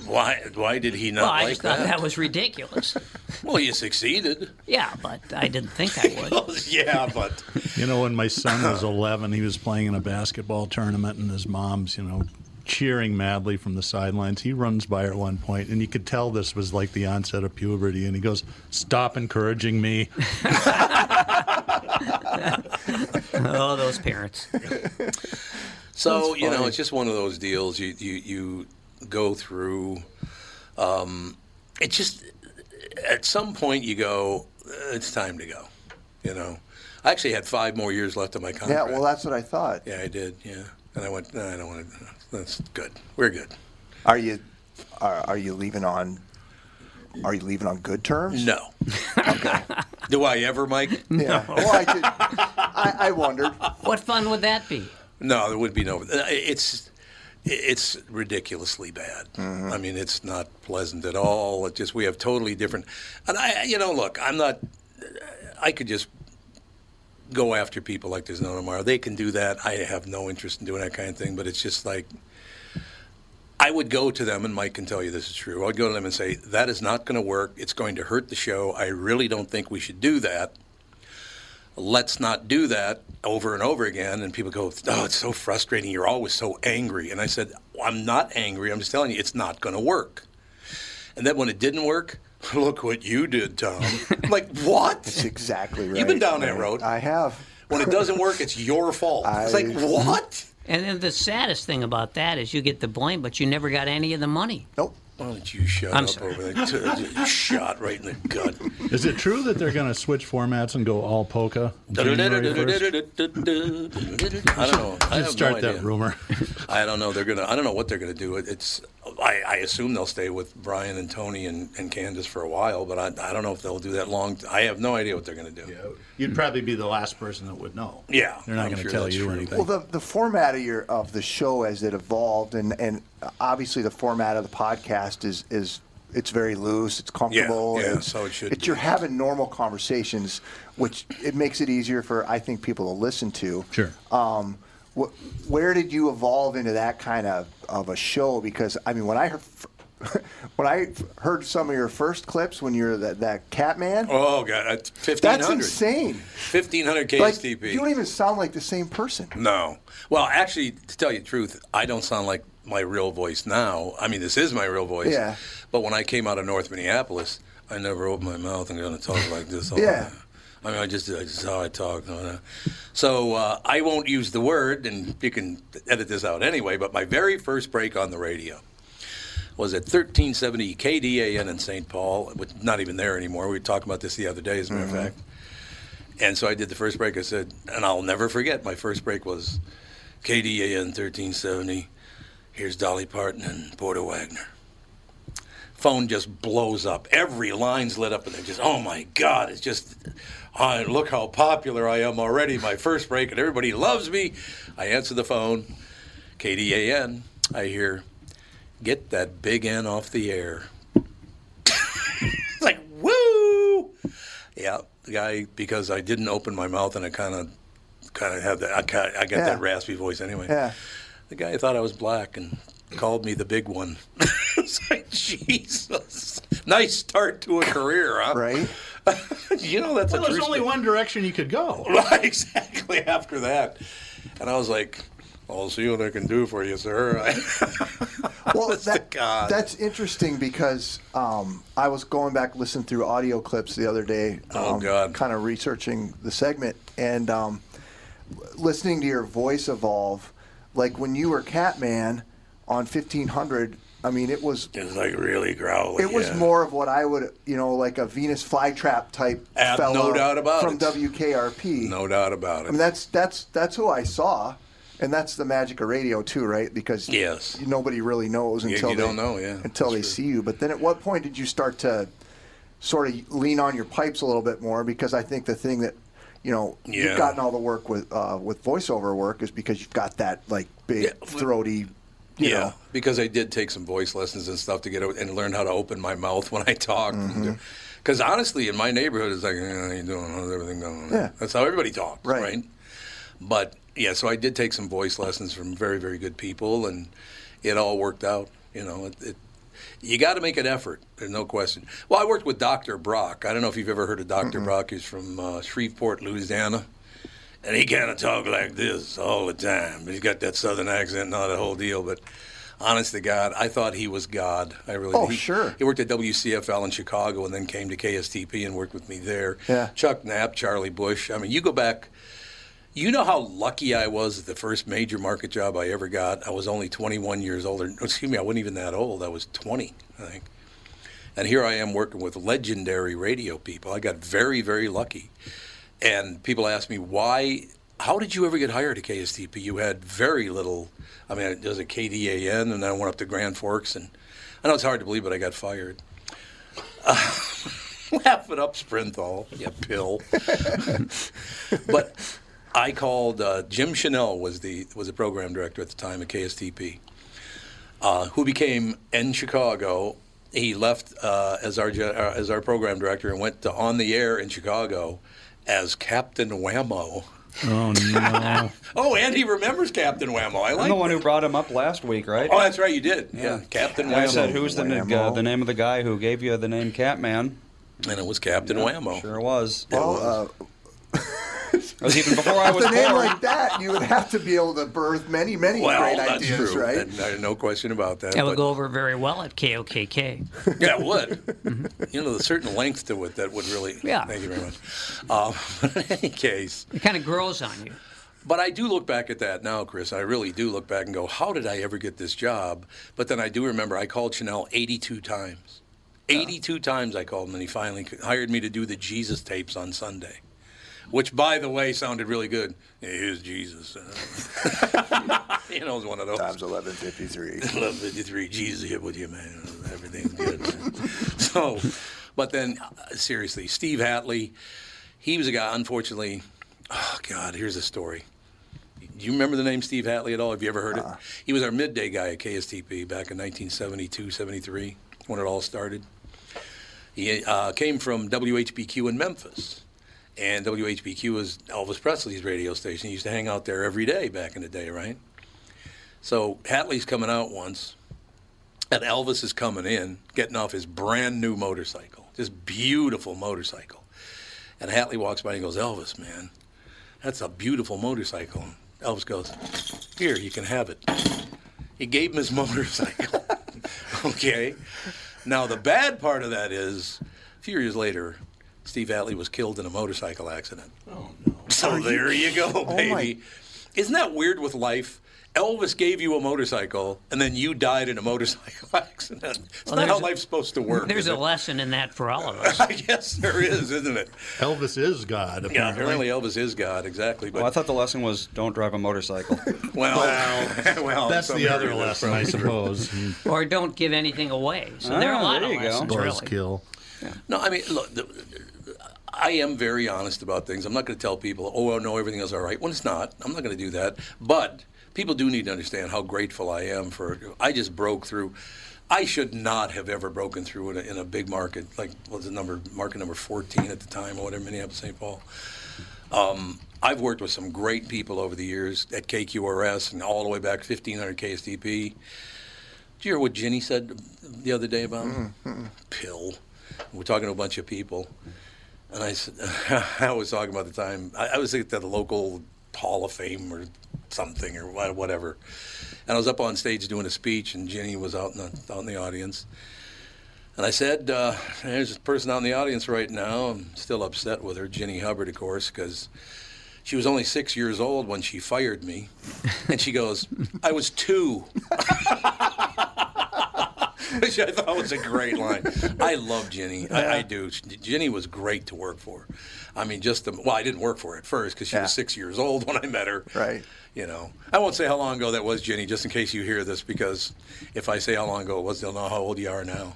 Speaker 1: Why? Why did he not
Speaker 5: Well, I
Speaker 1: like
Speaker 5: just thought that was ridiculous.
Speaker 1: Well, you succeeded.
Speaker 5: Yeah, but I didn't think I would.
Speaker 1: yeah, but
Speaker 2: You know, when my son was 11, he was playing in a basketball tournament, and his mom's, you know, cheering madly from the sidelines. He runs by her at one point, and you could tell this was like the onset of puberty. And he goes, "Stop encouraging me."
Speaker 5: Oh, those parents.
Speaker 1: so you know, it's just one of those deals. You you you go through. Um, it just at some point you go, "Uh, it's time to go. You know, I actually had five more years left of my
Speaker 3: yeah,
Speaker 1: contract.
Speaker 3: well, that's what I thought.
Speaker 1: yeah, I did. Yeah, and I went. No, I don't want to. That's good. We're good.
Speaker 3: Are you are, are you leaving on are you leaving on good terms?
Speaker 1: No. Do I ever, Mike?
Speaker 3: Yeah. Well, I, did, I, I wondered.
Speaker 5: What fun would that be?
Speaker 1: No, there would be no. It's it's ridiculously bad. I mean, it's not pleasant at all. It just we have totally different. And I, you know, look, I'm not. I could just go after people like there's no tomorrow. They can do that. I have no interest in doing that kind of thing, but it's just like I would go to them, and Mike can tell you this is true. I'd go to them and say, That is not going to work. It's going to hurt the show. I really don't think we should do that. Let's not do that over and over again. And people go, Oh, it's so frustrating. You're always so angry. And I said, I'm not angry. I'm just telling you, it's not going to work. And then when it didn't work, look what you did, Tom. I'm like, what?
Speaker 3: That's exactly right.
Speaker 1: You've been down that road.
Speaker 3: I have.
Speaker 1: When it doesn't work, it's your fault. It's like,
Speaker 3: I-
Speaker 1: what?
Speaker 5: And then the saddest thing about that is you get the blame, but you never got any of the money.
Speaker 3: Nope.
Speaker 1: Why don't you shut
Speaker 5: I'm
Speaker 1: up
Speaker 5: sorry.
Speaker 1: over there? You Shot right in the gut.
Speaker 2: Is it true that they're going to switch formats and go all polka? January 1st?
Speaker 1: I don't know. I have
Speaker 2: Just start
Speaker 1: no
Speaker 2: that
Speaker 1: idea.
Speaker 2: rumor.
Speaker 1: I don't know. They're gonna. I don't know what they're gonna do. It- It's. I, I assume they'll stay with Brian and Tony and, and Candace for a while, but I, I don't know if they'll do that long. I have no idea what they're gonna do.
Speaker 2: You'd probably be the last person that would know.
Speaker 1: Yeah,
Speaker 2: They're not
Speaker 1: I'm
Speaker 2: going to
Speaker 1: sure
Speaker 2: tell
Speaker 1: that's
Speaker 2: you
Speaker 1: true.
Speaker 2: anything.
Speaker 3: Well, the, the format of your of the show as it evolved, and, and obviously the format of the podcast is is it's very loose, it's comfortable.
Speaker 1: yeah,
Speaker 3: it's,
Speaker 1: so it should
Speaker 3: it's
Speaker 1: be.
Speaker 3: you're having normal conversations, which it makes it easier for I think people to listen to.
Speaker 2: Sure.
Speaker 3: Um, wh- where did you evolve into that kind of of a show? Because I mean, when I heard, when I heard some of your first clips when you're that that cat man,
Speaker 1: Oh god, that's fifteen
Speaker 3: that's
Speaker 1: hundred.
Speaker 3: insane.
Speaker 1: Fifteen hundred
Speaker 3: Like,
Speaker 1: KSTP.
Speaker 3: you don't even sound like the same person.
Speaker 1: No. Well, actually, to tell you the truth, I don't sound like my real voice now. I mean, this is my real voice.
Speaker 3: Yeah.
Speaker 1: But when I came out of North Minneapolis, I never opened my mouth and going to talk like this. All
Speaker 3: Yeah.
Speaker 1: The time. I mean, I just this is how I talk. and all that. So uh, I won't use the word, and you can edit this out anyway. But my very first break on the radio was at 1370 KDAN in St. Paul, which not even there anymore. We were talking about this the other day, as a matter of fact. And so I did the first break. I said, and I'll never forget, my first break was KDAN 1370. Here's Dolly Parton and Porter Wagner. Phone just blows up. Every line's lit up, and they're just, oh my God, it's just, I, look how popular I am already. My first break, and everybody loves me. I answer the phone, KDAN. I hear, get that big N off the air. it's like, woo! Yeah, the guy, because I didn't open my mouth and I kind of kind of had that, I, kinda, I got
Speaker 3: Yeah.
Speaker 1: that raspy voice anyway.
Speaker 3: Yeah.
Speaker 1: The guy thought I was black and called me the big one. it's like, Jesus. Nice start to a career, huh?
Speaker 3: Right?
Speaker 1: you know, that's
Speaker 2: Well,
Speaker 1: a true
Speaker 2: there's only
Speaker 1: story.
Speaker 2: one direction you could go.
Speaker 1: Right, exactly after that. And I was like, I'll see what I can do for you, sir.
Speaker 3: well,
Speaker 1: Honest to God.
Speaker 3: that's interesting because um, I was going back listening through audio clips the other day.
Speaker 1: Oh,
Speaker 3: um,
Speaker 1: God.
Speaker 3: Kind of researching the segment and um, listening to your voice evolve. Like when you were Catman on fifteen hundred, I mean, it was
Speaker 1: it was like really growly.
Speaker 3: it was
Speaker 1: yeah.
Speaker 3: more of what I would, you know, like a Venus flytrap type
Speaker 1: Ab- no
Speaker 3: fellow
Speaker 1: doubt about
Speaker 3: from
Speaker 1: it.
Speaker 3: WKRP.
Speaker 1: No doubt about it.
Speaker 3: I mean, that's that's that's who I saw, and that's the magic of radio too, right? Because
Speaker 1: Yes.
Speaker 3: nobody really knows
Speaker 1: you
Speaker 3: until they,
Speaker 1: don't know, yeah,
Speaker 3: until
Speaker 1: that's
Speaker 3: they
Speaker 1: true.
Speaker 3: see you. But then, at what point did you start to sort of lean on your pipes a little bit more? Because I think the thing that you know
Speaker 1: Yeah.
Speaker 3: you've gotten all the work with uh, with voiceover work is because you've got that like big
Speaker 1: but-
Speaker 3: throaty, you
Speaker 1: yeah,
Speaker 3: know.
Speaker 1: because I did take some voice lessons and stuff to get out and learn how to open my mouth when I talk.
Speaker 3: Mm-hmm.
Speaker 1: Because honestly, in my neighborhood, it's like, "Eh, how you doing? How's everything going?
Speaker 3: Yeah.
Speaker 1: That's how everybody talks,
Speaker 3: Right.
Speaker 1: right. But yeah, so I did take some voice lessons from very, very good people, and it all worked out. You know, it, it, you got to make an effort. There's no question. Well, I worked with Dr. Brock. I don't know if you've ever heard of doctor Brock. He's from uh, Shreveport, Louisiana. And he kind of talked like this all the time. He's got that southern accent and all the whole deal. But honest to God, I thought he was God. I really
Speaker 3: Oh,
Speaker 1: he,
Speaker 3: sure.
Speaker 1: He worked at WCFL in Chicago and then came to KSTP and worked with me there.
Speaker 3: Yeah.
Speaker 1: Chuck Knapp, Charlie Bush. I mean, you go back. You know how lucky I was that the first major market job I ever got. I was only 21 years old. Or, excuse me, I wasn't even that old. I was 20, I think. And here I am working with legendary radio people. I got very, very lucky. And people ask me, why, how did you ever get hired at KSTP? You had very little, I mean, it was a KDAN, and then I went up to Grand Forks. And I know it's hard to believe, but I got fired. Laugh it up, Sprinthal, you pill. but I called uh, Jim Chanel was the was the program director at the time at KSTP, uh, who became in Chicago. He left uh, as our ge- uh, as our program director and went to on the air in Chicago, as Captain Whammo.
Speaker 2: Oh no!
Speaker 1: Oh, and he remembers Captain Whammo. I
Speaker 6: I'm
Speaker 1: like
Speaker 6: the one who brought him up last week, right?
Speaker 1: Oh, that's right, you did. Yeah, Captain
Speaker 6: I
Speaker 1: Whammo.
Speaker 6: said, "Who's the n-
Speaker 3: Whammo.
Speaker 6: uh, the name of the guy who gave you the name Catman?"
Speaker 1: And it was Captain Whammo.
Speaker 6: Sure was.
Speaker 3: Well, uh,
Speaker 6: it was even before I
Speaker 3: with
Speaker 6: was
Speaker 3: a name
Speaker 6: born.
Speaker 3: like that, you would have to be able to birth many, many
Speaker 1: Well,
Speaker 3: great
Speaker 1: that's
Speaker 3: ideas,
Speaker 1: true.
Speaker 3: right?
Speaker 1: That- no- no question about that.
Speaker 5: That would
Speaker 1: but-
Speaker 5: go over very well at KOKK.
Speaker 1: Yeah, it would. you know, there's a certain length to it that would really.
Speaker 5: Mm-hmm. Yeah.
Speaker 1: Thank you very much. Um, but in any case,
Speaker 5: It kind of grows on you.
Speaker 1: but I do look back at that now, Chris. I really do look back and go, how did I ever get this job? But then I do remember I called Chanel 82 times. 82 times I called him, and he finally c- hired me to do the Jesus tapes on Sunday. Which, by the way, sounded really good. Yeah, here's Jesus. you know, it was one of those.
Speaker 3: Times 1153.
Speaker 1: Club 53, Jesus here with you, man. Everything's good. man. so, but then, uh, seriously, Steve Hatley, he was a guy, unfortunately, oh, God, here's a story. Do you remember the name Steve Hatley at all? Have you ever heard it? He was our midday guy at KSTP back in 1972, 73, when it all started. He uh, came from WHBQ in Memphis. And WHBQ was Elvis Presley's radio station. He used to hang out there every day back in the day, right? So Hatley's coming out once, and Elvis is coming in, getting off his brand new motorcycle, this beautiful motorcycle. And Hatley walks by and goes, Elvis, man, that's a beautiful motorcycle. Elvis goes, Here, you can have it. He gave him his motorcycle. okay. Now, the bad part of that is, a few years later, Steve Hatley was killed in a motorcycle accident. Oh, no. So there you, Oh, go,
Speaker 3: my-
Speaker 1: baby. Isn't that weird with life? Elvis gave you a motorcycle, and then you died in a motorcycle accident. It's
Speaker 5: Well,
Speaker 1: not how
Speaker 5: there's a-
Speaker 1: life's supposed to work.
Speaker 5: There's
Speaker 1: is
Speaker 5: a
Speaker 1: it?
Speaker 5: lesson in that for all of us.
Speaker 1: I guess there is, isn't it?
Speaker 2: Elvis is God. Apparently.
Speaker 1: Yeah, apparently Elvis is God, exactly. But
Speaker 6: Well, I thought the lesson was don't drive a motorcycle.
Speaker 1: well, well,
Speaker 2: That's
Speaker 1: some
Speaker 2: the other
Speaker 1: areas that's
Speaker 2: lesson, I
Speaker 1: probably true.
Speaker 2: suppose.
Speaker 5: Or don't give anything away. So there are
Speaker 6: Ah,
Speaker 5: a lot
Speaker 6: there
Speaker 5: of
Speaker 6: you go.
Speaker 5: lessons, really.
Speaker 2: Buzzkill.
Speaker 1: No, I mean, look, the, I am very honest about things. I'm not going to tell people, oh, well, no, everything is all right when it's not. I'm not going to do that. But people do need to understand how grateful I am for. I just broke through. I should not have ever broken through in a, in a big market like what was the number market number 14 at the time or whatever, Minneapolis, St. Paul. Um, I've worked with some great people over the years at KQRS and all the way back 1500 KSTP. Did you hear what Ginny said the other day about him? pill? We're talking to a bunch of people, and I said, I was talking about the time I, I was at the local Hall of Fame or something or wha- whatever, and I was up on stage doing a speech, and Ginny was out in the, out in the audience. And I said, uh, there's this person out in the audience right now. I'm still upset with her, Ginny Hubbard, of course, because she was only six years old when she fired me. And she goes, I was two. Which I thought was a great line. I love Ginny. I, I do. She- Ginny was great to work for. I mean, just the, well, I didn't work for her at first because she
Speaker 3: Yeah.
Speaker 1: was six years old when I met her.
Speaker 3: Right.
Speaker 1: You know, I won't say how long ago that was, Ginny, just in case you hear this, because if I say how long ago it was, they'll know how old you are now.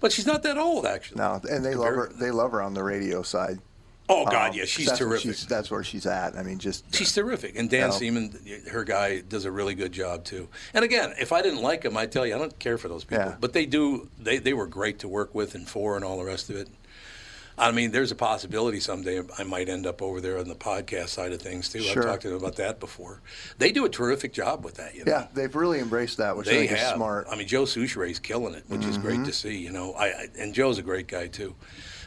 Speaker 1: But she's not that old, actually.
Speaker 3: No, and they love her. They love her on the radio side.
Speaker 1: Oh God,
Speaker 3: Um,
Speaker 1: yeah, she's
Speaker 3: that's where
Speaker 1: terrific.
Speaker 3: she's- that's where she's at. I mean, just
Speaker 1: She's terrific, and Dan
Speaker 3: No.
Speaker 1: Seaman, her guy, does a really good job too. And again, if I didn't like him, I tell you, I don't care for those people.
Speaker 3: Yeah.
Speaker 1: But they do; they they were great to work with and for, and all the rest of it. I mean, there's a possibility someday I might end up over there on the podcast side of things too.
Speaker 3: Sure.
Speaker 1: I've talked to them about that before. They do a terrific job with that. You know?
Speaker 3: yeah, they've really embraced that, which I
Speaker 1: They
Speaker 3: think is
Speaker 1: have.
Speaker 3: smart. Mm-hmm.
Speaker 1: I mean, Joe Souchere's killing it, which is great to see. You know, I, I and Joe's a great guy too.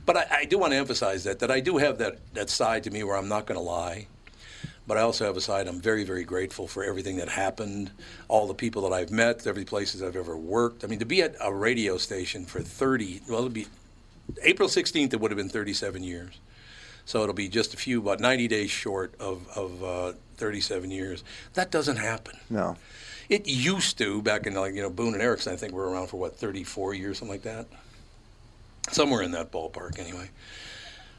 Speaker 1: But I, I do want to emphasize that that I do have that that side to me where I'm not going to lie. But I also have a side I'm very, very grateful for everything that happened, all the people that I've met, every places I've ever worked. I mean, to be at a radio station for 30, well, it'll be April 16th, it would have been 37 years. So it'll be just a few, about 90 days short of, of uh, 37 years. That doesn't happen.
Speaker 3: no,
Speaker 1: It used to back in like you know Boone and Erickson. I think were around for what 34 years, something like that. Somewhere in that ballpark, anyway.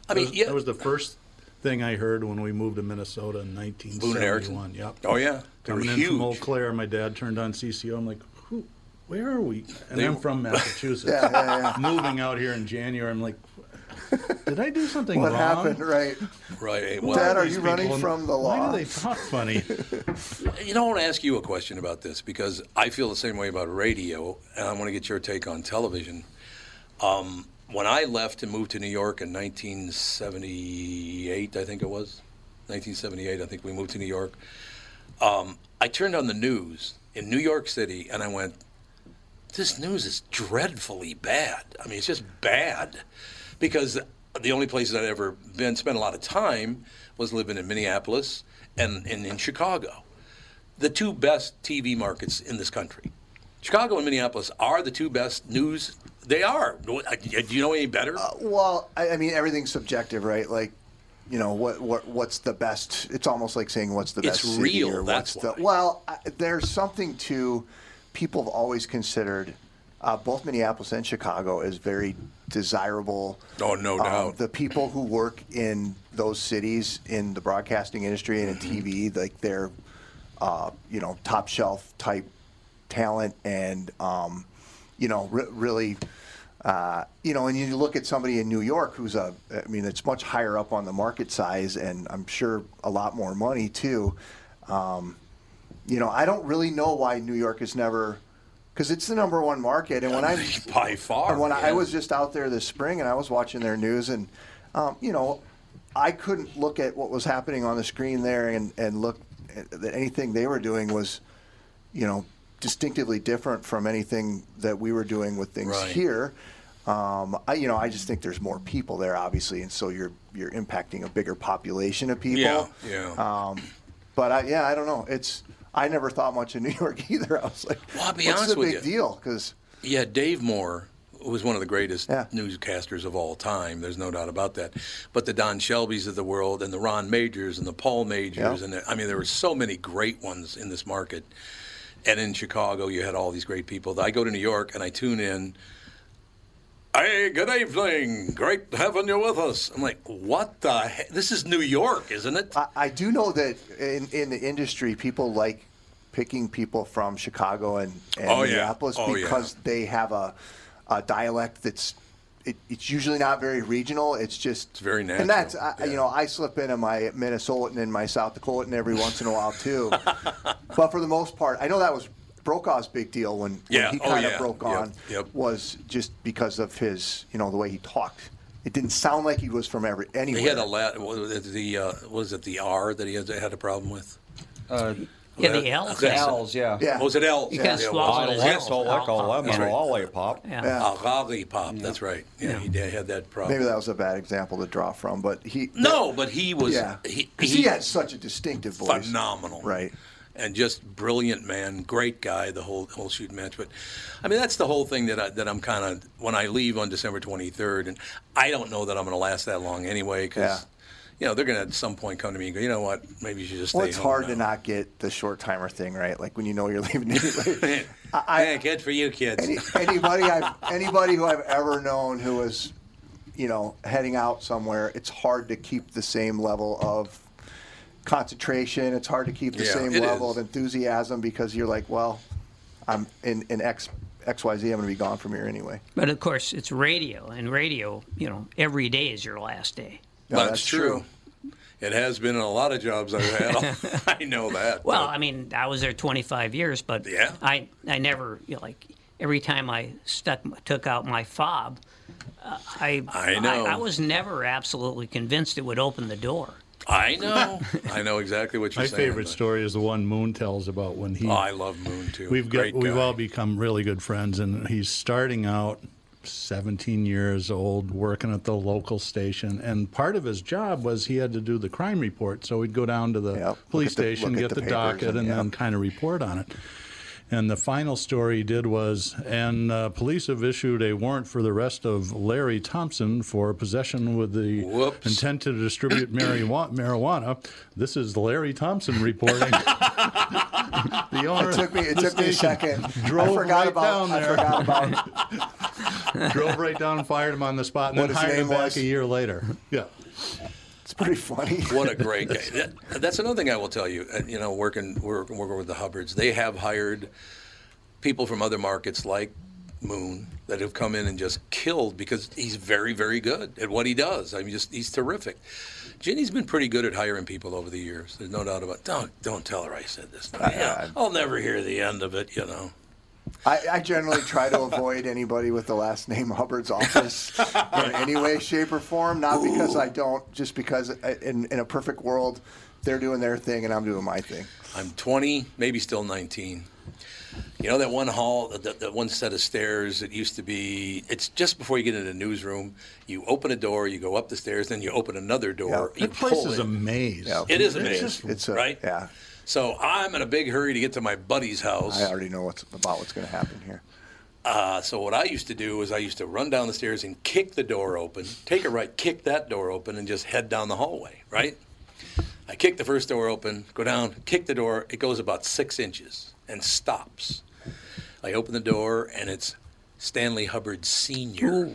Speaker 1: I mean,
Speaker 2: That was-
Speaker 1: yeah.
Speaker 2: That was the first thing I heard when we moved to Minnesota in
Speaker 1: Boone and Erickson.
Speaker 2: 1971. Yep.
Speaker 1: Oh yeah, they were
Speaker 2: Coming in
Speaker 1: huge.
Speaker 2: from Eau Claire, my dad turned on CCO. I'm like, who? Where are we? And
Speaker 1: They-
Speaker 2: I'm from Massachusetts.
Speaker 3: Yeah, yeah,
Speaker 2: Moving out here in January, I'm like, did I do something
Speaker 3: what
Speaker 2: wrong?
Speaker 3: happened? Right,
Speaker 1: right. eh, Well,
Speaker 3: Dad, are
Speaker 2: These
Speaker 3: you running
Speaker 2: people-
Speaker 3: from the
Speaker 2: Why
Speaker 3: law?
Speaker 2: do they talk funny?
Speaker 1: you know, I want to ask you a question about this because I feel the same way about radio, and I want to get your take on television. Um, when I left and moved to New York in 1978, I think it was 1978. I think we moved to New York. Um, I turned on the news in New York City and I went, "This news is dreadfully bad. I mean, it's just bad." Because the only places I'd ever been, spent a lot of time, was living in Minneapolis and, and in Chicago the two best TV markets in this country. Chicago and Minneapolis are the two best news. They are. Do you know any better?
Speaker 3: Uh, Well, I, I mean, everything's subjective, right? Like, you know, what what what's the best? It's almost like saying what's the
Speaker 1: It's
Speaker 3: best. city
Speaker 1: real,
Speaker 3: Or
Speaker 1: that's
Speaker 3: what's the,
Speaker 1: why.
Speaker 3: well, I, there's something to people have always considered uh, both Minneapolis and Chicago as very desirable. um,
Speaker 1: Oh, no doubt.
Speaker 3: The people who work in those cities in the broadcasting industry and in
Speaker 1: Mm-hmm.
Speaker 3: TV, like they're, uh, you know, top shelf type talent and, um, you know, re- really. Uh, you know, and you look at somebody in New York who's a, I mean, it's much higher up on the market size and I'm sure a lot more money too. Um, you know, I don't really know why New York is never, because it's the number one market. And when I
Speaker 1: by far.
Speaker 3: and when I
Speaker 1: yeah.
Speaker 3: was just out there this spring and I was watching their news, and um, you know, I couldn't look at what was happening on the screen there and and look at- that anything they were doing was, you know, distinctively different from anything that we were doing with things
Speaker 1: Right.
Speaker 3: here. Um, I, you know, I just think there's more people there, obviously, and so you're you're impacting a bigger population of people.
Speaker 1: Yeah, yeah.
Speaker 3: Um, but I, yeah, I don't know. It's I never thought much of New York either. I was like,
Speaker 1: Well, I'll be
Speaker 3: what's
Speaker 1: honest
Speaker 3: the
Speaker 1: with
Speaker 3: big
Speaker 1: you.
Speaker 3: deal? Because
Speaker 1: Yeah, Dave Moore was one of the greatest
Speaker 3: Yeah.
Speaker 1: newscasters of all time. There's no doubt about that. But the Don Shelbys of the world, and the Ron Majors, and the Paul Majors,
Speaker 3: Yeah.
Speaker 1: and the, I mean, there were so many great ones in this market. And in Chicago, you had all these great people. I go to New York and I tune in. Hey, good evening. Great having you with us. I'm like, what the? He- this is New York, isn't it?
Speaker 3: I, I do know that in, in the industry, people like picking people from Chicago and, and
Speaker 1: Oh, yeah.
Speaker 3: Minneapolis
Speaker 1: Oh, yeah.
Speaker 3: because they have a, a dialect that's it, it's usually not very regional. It's just it's
Speaker 1: very
Speaker 3: And that's
Speaker 1: natural,
Speaker 3: I,
Speaker 1: yeah.
Speaker 3: you know I slip into my Minnesotan and my South Dakotan every once in a while too, but for the most part, I know that was Brokaw's big deal when, when
Speaker 1: Yeah.
Speaker 3: he
Speaker 1: Oh,
Speaker 3: kind of
Speaker 1: yeah.
Speaker 3: broke
Speaker 1: Yep.
Speaker 3: on
Speaker 1: Yep.
Speaker 3: was just because of his you know the way he talked. It didn't sound like he was from every anywhere.
Speaker 1: He had a la- was it the uh, was it the R that he had, had a problem with?
Speaker 6: Uh,
Speaker 5: Yeah, the L.
Speaker 6: the L's, yeah. Oh,
Speaker 3: Yeah.
Speaker 1: Oh, was it L?
Speaker 5: You gotta
Speaker 1: Yeah, it
Speaker 5: swallow
Speaker 1: was.
Speaker 5: it.
Speaker 6: I like so like a lemon
Speaker 1: Yeah.
Speaker 6: lollipop.
Speaker 5: Yeah.
Speaker 1: A lollipop. That's right. Yeah, he did, had that problem.
Speaker 3: Maybe that was a bad example to draw from, but he
Speaker 1: Oh. no, but he was
Speaker 3: yeah,
Speaker 1: he,
Speaker 3: 'Cause he, had such a distinctive voice,
Speaker 1: phenomenal,
Speaker 3: right?
Speaker 1: And just brilliant man, great guy, the whole whole shooting match. But I mean, that's the whole thing that I, that I'm kind of when I leave on December 23rd, and I don't know that I'm going to last that long anyway because.
Speaker 3: Yeah.
Speaker 1: You know, they're going to at some point come to me and go, you know what, maybe you should just stay
Speaker 3: Well, it's
Speaker 1: home
Speaker 3: hard
Speaker 1: now.
Speaker 3: to not get the short timer thing right, like when you know you're leaving. Anyway. I, I-
Speaker 1: Hey, good for you, kids.
Speaker 3: any, anybody I've anybody who I've ever known who is, you know, heading out somewhere, it's hard to keep the same level of concentration. It's hard to keep the
Speaker 1: Yeah,
Speaker 3: same
Speaker 1: it
Speaker 3: level
Speaker 1: is.
Speaker 3: of enthusiasm because you're like, well, I'm in in X XYZ, I'm going to be gone from here anyway.
Speaker 5: But of course, it's radio, and radio, you know, every day is your last day.
Speaker 3: No,
Speaker 1: that's,
Speaker 3: that's
Speaker 1: true. It has been in a lot of jobs I've had. I know that.
Speaker 5: Well,
Speaker 1: but-
Speaker 5: I mean, I was there 25 years, but
Speaker 1: Yeah.
Speaker 5: I, I never, you know, like, every time I stuck, took out my fob, uh, I,
Speaker 1: I know.
Speaker 5: I, was never absolutely convinced it would open the door.
Speaker 1: I know. I know exactly what you're
Speaker 2: My
Speaker 1: saying.
Speaker 2: favorite
Speaker 1: but-
Speaker 2: story is the one Moon tells about when he.
Speaker 1: Oh, I love Moon too.
Speaker 2: we've got
Speaker 1: Great
Speaker 2: we've
Speaker 1: guy.
Speaker 2: all become really good friends, and he's starting out, 17 years old, working at the local station, and part of his job was he had to do the crime report. So he'd go down to the
Speaker 3: Yep, look
Speaker 2: police
Speaker 3: at the-
Speaker 2: station,
Speaker 3: look
Speaker 2: get
Speaker 3: at the
Speaker 2: the,
Speaker 3: papers
Speaker 2: docket,
Speaker 3: and-
Speaker 2: and,
Speaker 3: yeah.
Speaker 2: then kind of report on it. And the final story he did was, and uh, police have issued a warrant for the arrest of Larry Thompson for possession with the
Speaker 1: Whoops.
Speaker 2: intent to distribute marijuana. marijuana. This is Larry Thompson reporting. the owner
Speaker 3: It took me.
Speaker 2: of
Speaker 3: It
Speaker 2: the
Speaker 3: took me a
Speaker 2: station
Speaker 3: second. I
Speaker 2: Drove
Speaker 3: forgot
Speaker 2: right
Speaker 3: about.
Speaker 2: down
Speaker 3: I
Speaker 2: there.
Speaker 3: forgot about.
Speaker 2: drove right down and fired him on the spot, and
Speaker 3: What
Speaker 2: then
Speaker 3: his
Speaker 2: hired him
Speaker 3: name
Speaker 2: back
Speaker 3: was?
Speaker 2: a year later. Yeah.
Speaker 3: It's pretty funny.
Speaker 1: What a great guy. That- that's another thing I will tell you. uh, You know, working we're working with the Hubbards, they have hired people from other markets like Moon that have come in and just killed because he's very, very good at what he does. I mean, just he's terrific. Ginny's been pretty good at hiring people over the years. There's no doubt about. Don't don't tell her I said this. Yeah, I'll never hear the end of it. You know.
Speaker 3: I, I generally try to avoid anybody with the last name Hubbard's office in any way, shape, or form. Not because I don't, just because I- in, in a perfect world, they're doing their thing and I'm doing my thing.
Speaker 1: I'm 20, maybe still 19. You know that one hall, that, that one set of stairs that used to be, it's just before you get into the newsroom. You open a door, you go up the stairs, then you open another door.
Speaker 2: That
Speaker 1: you
Speaker 2: place
Speaker 1: pull
Speaker 2: is
Speaker 1: it.
Speaker 2: a maze.
Speaker 1: It is a maze,
Speaker 2: just-
Speaker 3: It's a,
Speaker 1: right?
Speaker 3: Yeah,
Speaker 1: So I'm in a big hurry to get to my buddy's house.
Speaker 3: I already know what's about what's going to happen here.
Speaker 1: Uh, so what I used to do is I used to run down the stairs and kick the door open, take a right, kick that door open, and just head down the hallway. Right? I kick the first door open, go down, kick the door. It goes about six inches and stops. I open the door and it's Stanley Hubbard Senior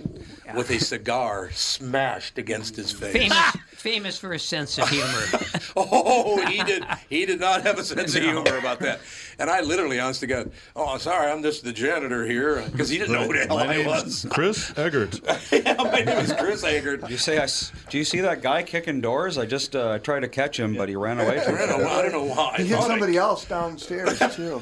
Speaker 1: with a cigar smashed against his face.
Speaker 5: Famous, famous for his sense of humor.
Speaker 1: Oh, he did. He did not have a sense of humor about that. And I literally, honest to God, oh, I'm sorry, I'm just the janitor here because he didn't know who the hell
Speaker 2: My
Speaker 1: I
Speaker 2: name's
Speaker 1: was.
Speaker 2: Chris Eggert.
Speaker 1: yeah, my name is Chris Agard.
Speaker 6: You say I s- Do you see that guy kicking doors? I just uh, tried to catch him, but he ran away.
Speaker 1: I
Speaker 6: From
Speaker 1: don't know, I don't know why. I
Speaker 3: He hit
Speaker 1: thought I-
Speaker 3: somebody else downstairs, too.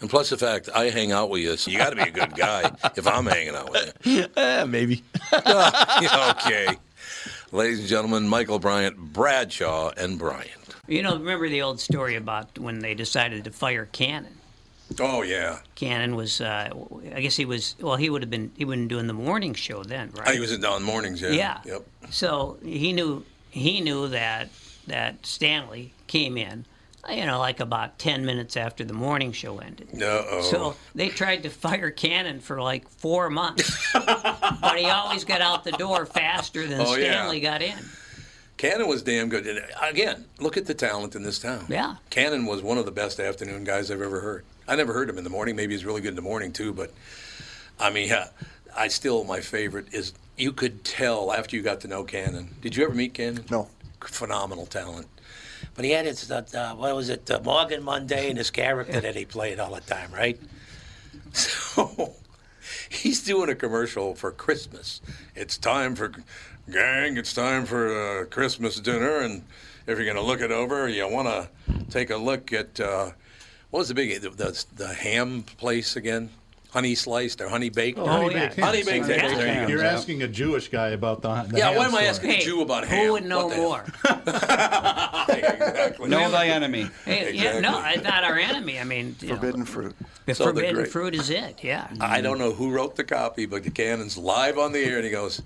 Speaker 1: And plus the fact I hang out with you, so you got to be a good guy if I'm hanging out with you.
Speaker 4: Eh, maybe.
Speaker 1: okay. Ladies and gentlemen, Michael Bryant, Bradshaw, and Bryant.
Speaker 5: you know, remember the old story about when they decided to fire Cannon?
Speaker 1: Oh, yeah.
Speaker 5: Cannon was, uh, I guess he was, well, he would have been, he wouldn't doing the morning show then, right?
Speaker 1: Oh, He was in Don Mornings, yeah.
Speaker 5: Yeah.
Speaker 1: Yep.
Speaker 5: So he knew he knew that that Stanley came in, you know, like about ten minutes after the morning show ended.
Speaker 1: Uh-oh.
Speaker 5: So they tried to fire Cannon for like four months, but he always got out the door faster than
Speaker 1: Oh, yeah.
Speaker 5: Stanley got in.
Speaker 1: Cannon was damn good. And again, look at the talent in this town.
Speaker 5: Yeah.
Speaker 1: Cannon was one of the best afternoon guys I've ever heard. I never heard him in the morning. Maybe he's really good in the morning, too. But, I mean, yeah, I still, my favorite is you could tell after you got to know Cannon. Did you ever meet Cannon?
Speaker 3: No.
Speaker 1: Phenomenal talent. But he had his, uh, uh, what was it, uh, Morgan Monday and his character that he played all the time, right? So he's doing a commercial for Christmas. It's time for, gang, it's time for uh, Christmas dinner. And if you're going to look it over, you want to take a look at, uh, what was the big, the, the, the ham place again? Honey sliced or honey baked?
Speaker 5: honey Oh, yeah. baked
Speaker 1: Honey baked
Speaker 5: Yeah.
Speaker 1: hams, there you go.
Speaker 2: You're asking a Jewish guy about the, the
Speaker 1: Yeah,
Speaker 2: ham
Speaker 1: why am I
Speaker 2: store.
Speaker 1: asking a Jew about ham?
Speaker 5: Who would know
Speaker 1: What the hell?
Speaker 5: more?
Speaker 1: exactly.
Speaker 6: know thy enemy.
Speaker 5: Hey, Yeah, no,
Speaker 1: Exactly.
Speaker 5: it's not our enemy. I mean, you know,
Speaker 3: Forbidden fruit.
Speaker 5: the
Speaker 1: So the
Speaker 5: forbidden
Speaker 1: great-
Speaker 5: fruit is it. Yeah.
Speaker 1: I don't know who wrote the copy, but the Cannon's live on the air, and he goes,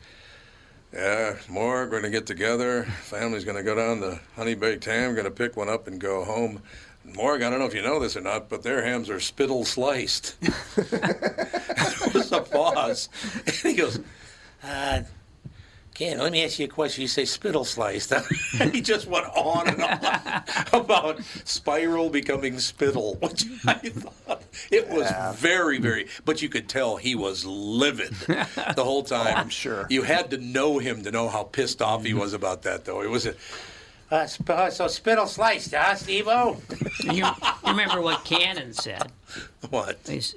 Speaker 1: "Yeah, more. We're gonna get together. Family's gonna go down to Honey Baked Ham. Gonna pick one up and go home." Morg, I don't know if you know this or not, but their hams are spittle sliced. there was a pause, and he goes, uh, Ken, let me ask you a question. You say spittle sliced. he just went on and on about spiral becoming spittle, which I thought it was very, very. But you could tell he was livid the whole time. Oh, I'm Mm-hmm.
Speaker 3: sure.
Speaker 1: You had to know him to know how pissed off he was about that, though. It was a. Uh, sp- uh, so spittle sliced, huh, Steve-O?
Speaker 5: You, you remember what Cannon said?
Speaker 1: What?
Speaker 5: He's-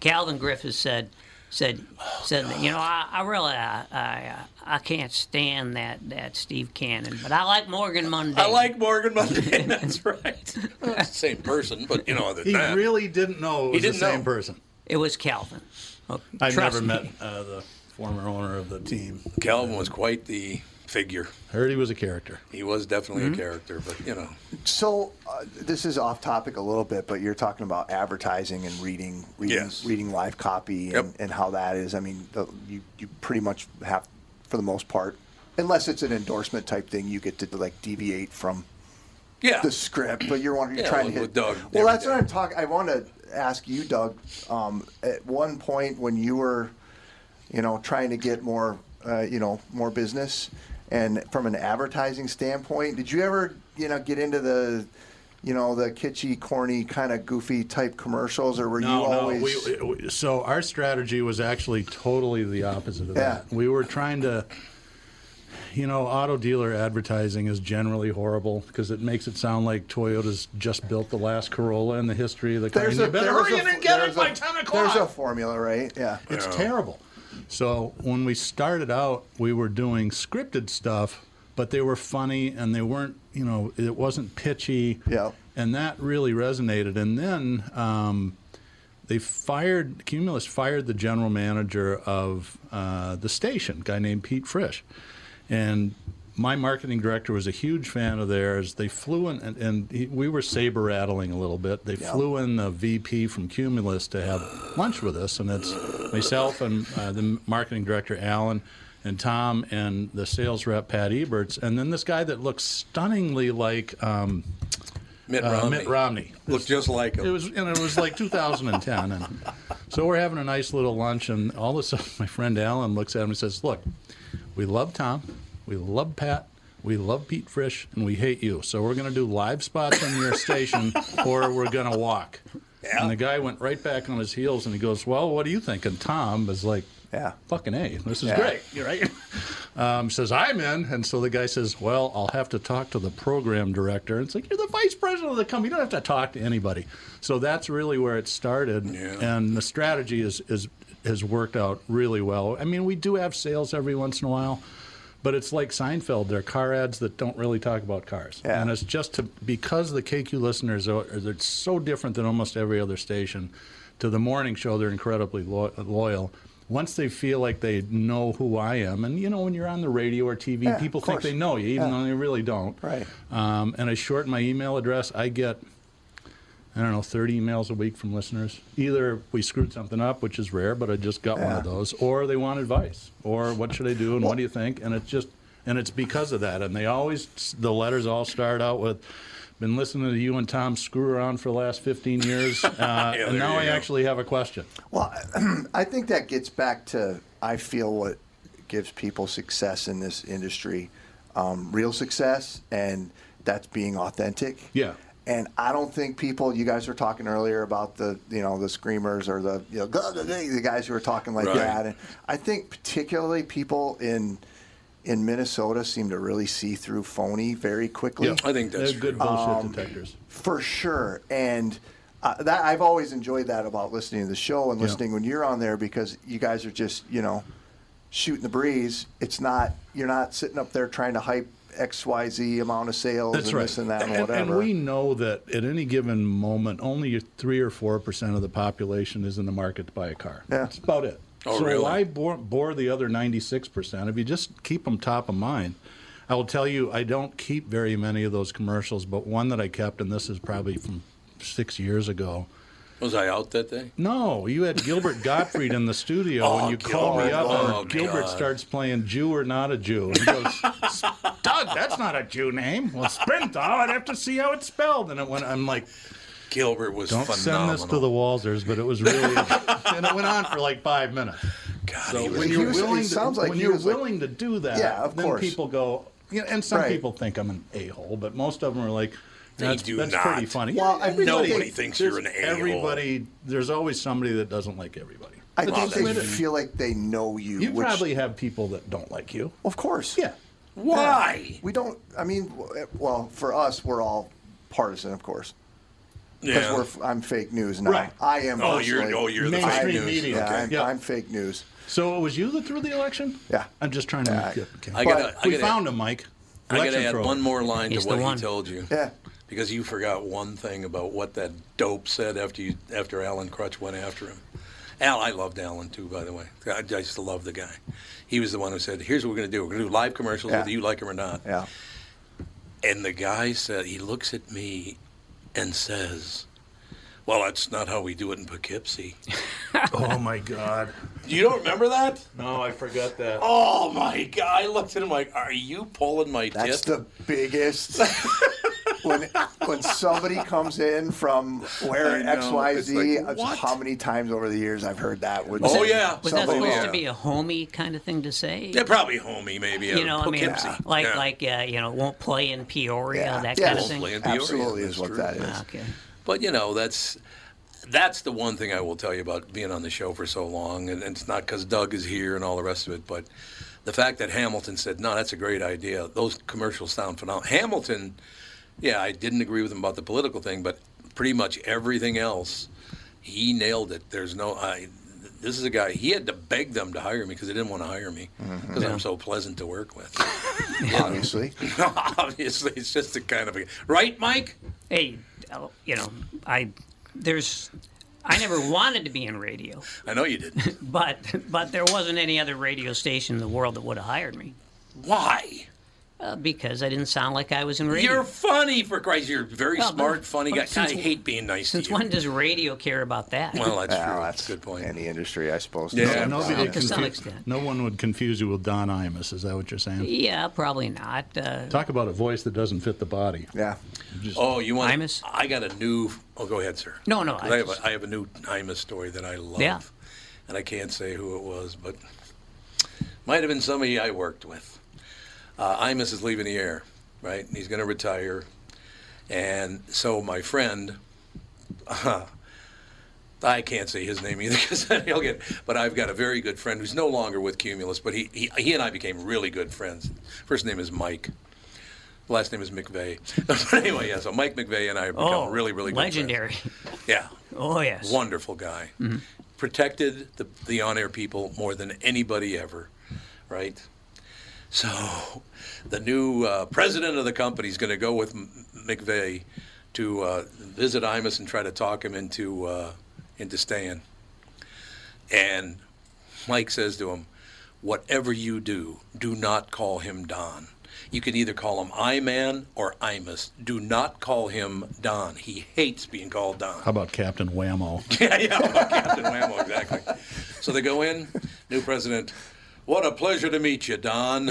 Speaker 5: Calvin Griffiths said said said you know I, I really I, I I can't stand that that Steve Cannon, but I like Morgan Monday.
Speaker 1: I like Morgan Monday. That's right. Well, it's the same person, but you know, other than
Speaker 2: He
Speaker 1: that.
Speaker 2: really didn't know it was the
Speaker 1: didn't know.
Speaker 2: same person.
Speaker 5: it was Calvin. Oh,
Speaker 2: I've never
Speaker 5: trust me.
Speaker 2: met uh, the former owner of the team.
Speaker 1: Calvin was quite the figure.
Speaker 2: Heard he was a character.
Speaker 1: He was definitely
Speaker 2: Hmm?
Speaker 1: a character, but you know,
Speaker 3: So uh, this is off topic a little bit, but you're talking about advertising and reading, reading,
Speaker 1: Yes.
Speaker 3: reading live copy, and,
Speaker 1: Yep.
Speaker 3: and how that is. I mean, the, you you pretty much have, for the most part, unless it's an endorsement type thing, you get to like deviate from
Speaker 1: yeah.
Speaker 3: the script, but you're wondering, you're
Speaker 1: Yeah,
Speaker 3: trying to
Speaker 1: with- with
Speaker 3: hit
Speaker 1: Doug
Speaker 3: Well,
Speaker 1: every
Speaker 3: that's
Speaker 1: day.
Speaker 3: what I'm talking. I want to ask you, Doug. Um, at one point when you were, you know, trying to get more, uh, you know, more business, and from an advertising standpoint, did you ever, you know, get into the, you know, the kitschy, corny, kind of goofy type commercials, or were you always?
Speaker 2: we, we- so our strategy was actually totally the opposite of
Speaker 3: Yeah.
Speaker 2: that. We were trying to, you know, auto dealer advertising is generally horrible because it makes it sound like Toyota's just built the last Corolla in the history of the car. and you better
Speaker 3: there's
Speaker 2: hurry in
Speaker 3: a-
Speaker 2: and get
Speaker 3: there's
Speaker 2: it
Speaker 3: a-
Speaker 2: by 10
Speaker 3: There's a
Speaker 2: o'clock.
Speaker 3: formula, right? Yeah.
Speaker 2: it's terrible. So when we started out, we were doing scripted stuff, but they were funny and they weren't, you know, it wasn't pitchy.
Speaker 3: Yeah.
Speaker 2: And that really resonated. And then um, they fired Cumulus fired the general manager of uh, the station, a guy named Pete Frisch, and my marketing director was a huge fan of theirs. They flew in, and, and he, we were saber rattling a little bit. They flew in the VP from Cumulus to have lunch with us, and it's myself and uh, the marketing director Alan. And Tom and the sales rep Pat Eberts, and then this guy that looks stunningly like um,
Speaker 1: Mitt
Speaker 2: uh,
Speaker 1: Romney.
Speaker 2: Mitt Romney.
Speaker 1: Looked just like him.
Speaker 2: It was, and it was like 2010, and so we're having a nice little lunch, and all of a sudden, my friend Alan looks at him and says, "Look, we love Tom, we love Pat, we love Pete Frisch, and we hate you. So we're going to do live spots on your station, or we're going to walk." And the guy went right back on his heels, and he goes, "Well, what do you think?" And Tom was like,
Speaker 3: Yeah.
Speaker 2: fucking a, this is
Speaker 3: Yeah.
Speaker 2: great." You're right. Um, says I'm in, and so the guy says, "Well, I'll have to talk to the program director." And it's like you're the vice president of the company; you don't have to talk to anybody. So that's really where it started, and the strategy is is has worked out really well. I mean, we do have sales every once in a while, but it's like Seinfeld; they're car ads that don't really talk about cars,
Speaker 3: Yeah.
Speaker 2: and it's just to, because the KQ listeners are they're so different than almost every other station. To the morning show, they're incredibly lo- loyal once they feel like they know who I am, and you know, when you're on the radio or TV,
Speaker 3: Yeah,
Speaker 2: people
Speaker 3: of
Speaker 2: think they
Speaker 3: course.
Speaker 2: know you, even though they really don't.
Speaker 3: Right.
Speaker 2: Um, and I shorten my email address. I get, I don't know, 30 emails a week from listeners. Either we screwed something up, which is rare, but I just got one of
Speaker 3: Yeah.
Speaker 2: those, or they want advice, or what should I do, and what do you think? And it's just, and it's because of that. And they always, the letters all start out with, been listening to you and Tom screw around for the last 15 years, uh,
Speaker 1: there
Speaker 2: and now
Speaker 1: you
Speaker 2: I
Speaker 1: go.
Speaker 2: actually have a question.
Speaker 3: Well, I think that gets back to I feel what gives people success in this industry, um, real success, and that's being authentic.
Speaker 2: Yeah.
Speaker 3: And I don't think people. You guys were talking earlier about the you know the screamers or the you know "Gah, gah, gah," the guys who were talking like
Speaker 1: Right.
Speaker 3: that. And I think particularly people in in Minnesota seem to really see through phony very quickly
Speaker 1: I think that's
Speaker 2: They're good
Speaker 1: true.
Speaker 2: bullshit detectors.
Speaker 3: for sure. And uh, that I've always enjoyed that about listening to the show and
Speaker 2: Yeah.
Speaker 3: listening when you're on there because you guys are just you know shooting the breeze. It's not you're not sitting up there trying to hype X Y Z amount of sales and this and that and, whatever.
Speaker 2: we know that at any given moment, only three or four percent of the population is in the market to buy a car.
Speaker 3: Yeah.
Speaker 2: That's about it.
Speaker 1: Oh,
Speaker 2: so
Speaker 1: really?
Speaker 2: why bore, bore the other ninety-six percent if you just keep them top of mind? I will tell you, I don't keep very many of those commercials, but one that I kept, and this is probably from six years ago.
Speaker 1: Was I out that day?
Speaker 2: No, you had Gilbert Gottfried in the studio, and you called me
Speaker 1: Gilbert.
Speaker 2: up,
Speaker 1: Oh,
Speaker 2: and Gilbert
Speaker 1: God.
Speaker 2: starts playing Jew or Not a Jew. And he goes, Doug, that's not a Jew name. Well, Sprinthal, I'd have to see how it's spelled. And it went, I'm like,
Speaker 1: Gilbert was
Speaker 2: don't
Speaker 1: phenomenal.
Speaker 2: send this to the Walzers, but it was really, and it went on for like five minutes. So
Speaker 1: he was-
Speaker 2: when
Speaker 3: He
Speaker 2: you're
Speaker 3: was- it
Speaker 2: willing, to,
Speaker 3: sounds like
Speaker 2: when
Speaker 3: he
Speaker 2: you're
Speaker 3: was like-
Speaker 2: willing to do that,
Speaker 3: Yeah, of
Speaker 2: then
Speaker 3: course.
Speaker 2: people go. You know, and some
Speaker 3: Right.
Speaker 2: people think I'm an a-hole, but most of them are like,
Speaker 1: They
Speaker 2: "That's,
Speaker 1: do
Speaker 2: that's
Speaker 1: not.
Speaker 2: pretty funny."
Speaker 3: Well,
Speaker 2: Yeah,
Speaker 3: I think
Speaker 2: everybody-
Speaker 3: Nobody
Speaker 1: thinks you're an
Speaker 2: there's
Speaker 1: a-hole.
Speaker 2: Everybody, there's always somebody that doesn't like everybody. But
Speaker 3: I think
Speaker 2: that's
Speaker 3: they
Speaker 2: the way to-
Speaker 3: feel like they know you.
Speaker 2: you
Speaker 3: which,
Speaker 2: probably have people that don't like you.
Speaker 3: of course,
Speaker 2: Yeah.
Speaker 1: Why?
Speaker 3: We don't. I mean, w- well, for us, we're all partisan, of course, because
Speaker 1: Yeah.
Speaker 3: we're. f- I'm fake news now.
Speaker 2: Right.
Speaker 3: I am.
Speaker 1: Oh, you're-
Speaker 3: personally.
Speaker 1: oh, you're the
Speaker 2: Mainstream
Speaker 3: I'm news.
Speaker 2: media.
Speaker 3: Yeah,
Speaker 2: Okay.
Speaker 3: I'm,
Speaker 2: Yeah.
Speaker 3: I'm fake news.
Speaker 2: So it was you that threw the election?
Speaker 3: Yeah.
Speaker 2: I'm just trying to.
Speaker 3: Yeah, I-
Speaker 2: get, okay.
Speaker 1: I gotta-
Speaker 2: But
Speaker 1: I
Speaker 2: we
Speaker 1: gotta-
Speaker 2: found him, Mike.
Speaker 1: I got
Speaker 2: Election
Speaker 1: to add
Speaker 2: fraud.
Speaker 1: one more line
Speaker 5: He's
Speaker 1: to
Speaker 5: the
Speaker 1: what
Speaker 5: one.
Speaker 1: he told you.
Speaker 3: Yeah.
Speaker 1: Because you forgot one thing about what that dope said after you after Alan Crutch went after him. Al, I loved Alan too, by the way. I I just love the guy. He was the one who said, "Here's what we're going to do. We're going to do live commercials,
Speaker 3: Yeah.
Speaker 1: whether you like them or not."
Speaker 3: Yeah.
Speaker 1: And the guy said, he looks at me and says, "Well, that's not how we do it in Poughkeepsie."
Speaker 2: Oh my God.
Speaker 1: you don't remember that?
Speaker 2: No, I forgot that.
Speaker 1: Oh my God! I looked at him like, "Are you pulling my
Speaker 3: That's
Speaker 1: tip?"
Speaker 3: the biggest. when when somebody comes in from
Speaker 1: I
Speaker 3: where
Speaker 1: know.
Speaker 3: X Y
Speaker 1: It's like,
Speaker 3: Z,
Speaker 1: what?
Speaker 3: how many times over the years I've heard that? With
Speaker 1: Was Oh, that- yeah.
Speaker 5: Was that
Speaker 3: somebody-
Speaker 5: supposed
Speaker 1: yeah.
Speaker 5: to be a homey kind of thing to say?
Speaker 1: yeah, probably homie, maybe.
Speaker 5: You know, I mean,
Speaker 1: Poughkeepsie.
Speaker 5: like
Speaker 1: Yeah.
Speaker 5: like uh, you know, won't play in Peoria,
Speaker 3: Yeah.
Speaker 5: that
Speaker 3: Yeah.
Speaker 5: kind of
Speaker 3: Won't
Speaker 5: thing.
Speaker 1: play in Peoria,
Speaker 3: Absolutely is
Speaker 1: that's
Speaker 3: what
Speaker 1: true.
Speaker 3: that
Speaker 5: Ah,
Speaker 3: is.
Speaker 5: okay.
Speaker 1: But you know, that's that's the one thing I will tell you about being on the show for so long, and, and it's not because Doug is here and all the rest of it, but the fact that Hamilton said, "No, that's a great idea. Those commercials sound phenomenal." Hamilton, yeah, I didn't agree with him about the political thing, but pretty much everything else, he nailed it. There's no, I, this is a guy. He had to beg them to hire me because they didn't want to hire me because I'm so pleasant to work with.
Speaker 3: Obviously,
Speaker 1: Obviously, it's just a kind of a right, Mike.
Speaker 5: Hey, uh, you know, I there's I never wanted to be in radio,
Speaker 1: I know you didn't.
Speaker 5: but but there wasn't any other radio station in the world that would have hired me
Speaker 1: Why?
Speaker 5: uh, because I didn't sound like I was in radio.
Speaker 1: You're funny for Christ. You're a very
Speaker 5: Well,
Speaker 1: smart,
Speaker 5: but-
Speaker 1: funny
Speaker 5: but
Speaker 1: guy.
Speaker 5: since
Speaker 1: I
Speaker 5: when-
Speaker 1: hate being nice
Speaker 5: Since
Speaker 1: to you.
Speaker 5: when does radio care about that?
Speaker 1: well, uh, that's
Speaker 3: Yeah,
Speaker 1: true.
Speaker 3: that's
Speaker 1: Ah, That's a good point.
Speaker 3: Any industry, I suppose.
Speaker 1: Yeah.
Speaker 3: doesn't
Speaker 2: Nobody
Speaker 5: Well,
Speaker 2: would
Speaker 5: to some
Speaker 2: confu-
Speaker 5: extent.
Speaker 2: No one would confuse you with Don Imus. Is that what you're saying?
Speaker 5: yeah, probably not. Uh,
Speaker 2: Talk about a voice that doesn't fit the body.
Speaker 3: Yeah.
Speaker 1: Oh, you want?
Speaker 5: Imus?
Speaker 1: I got a new. Oh, go ahead, sir.
Speaker 5: No, no,
Speaker 1: 'Cause
Speaker 5: I
Speaker 1: I, have
Speaker 5: just-
Speaker 1: a, I have a new Imus story that I love.
Speaker 5: Yeah.
Speaker 1: And I can't say who it was, but might have been somebody I worked with. Uh, Imus is leaving the air, right? And he's going to retire. And so my friend, uh, I can't say his name either because he'll get. But I've got a very good friend who's no longer with Cumulus, but he, he he and I became really good friends. First name is Mike. Last name is McVeigh. but anyway, yeah. So Mike McVeigh and I have become
Speaker 5: oh,
Speaker 1: really, really good
Speaker 5: legendary.
Speaker 1: Friends. Yeah,
Speaker 5: Oh yes.
Speaker 1: wonderful guy. Protected the the on air people more than anybody ever, right? So, the new uh, president of the company is going to go with M- McVeigh to uh, visit Imus and try to talk him into uh, into staying. And Mike says to him, "Whatever you do, do not call him Don. You can either call him I Man or Imus. Do not call him Don. He hates being called Don."
Speaker 2: How about Captain Whammo?
Speaker 1: yeah, yeah, well, Captain Whammo, exactly. So they go in, new president. What a pleasure to meet you, Don.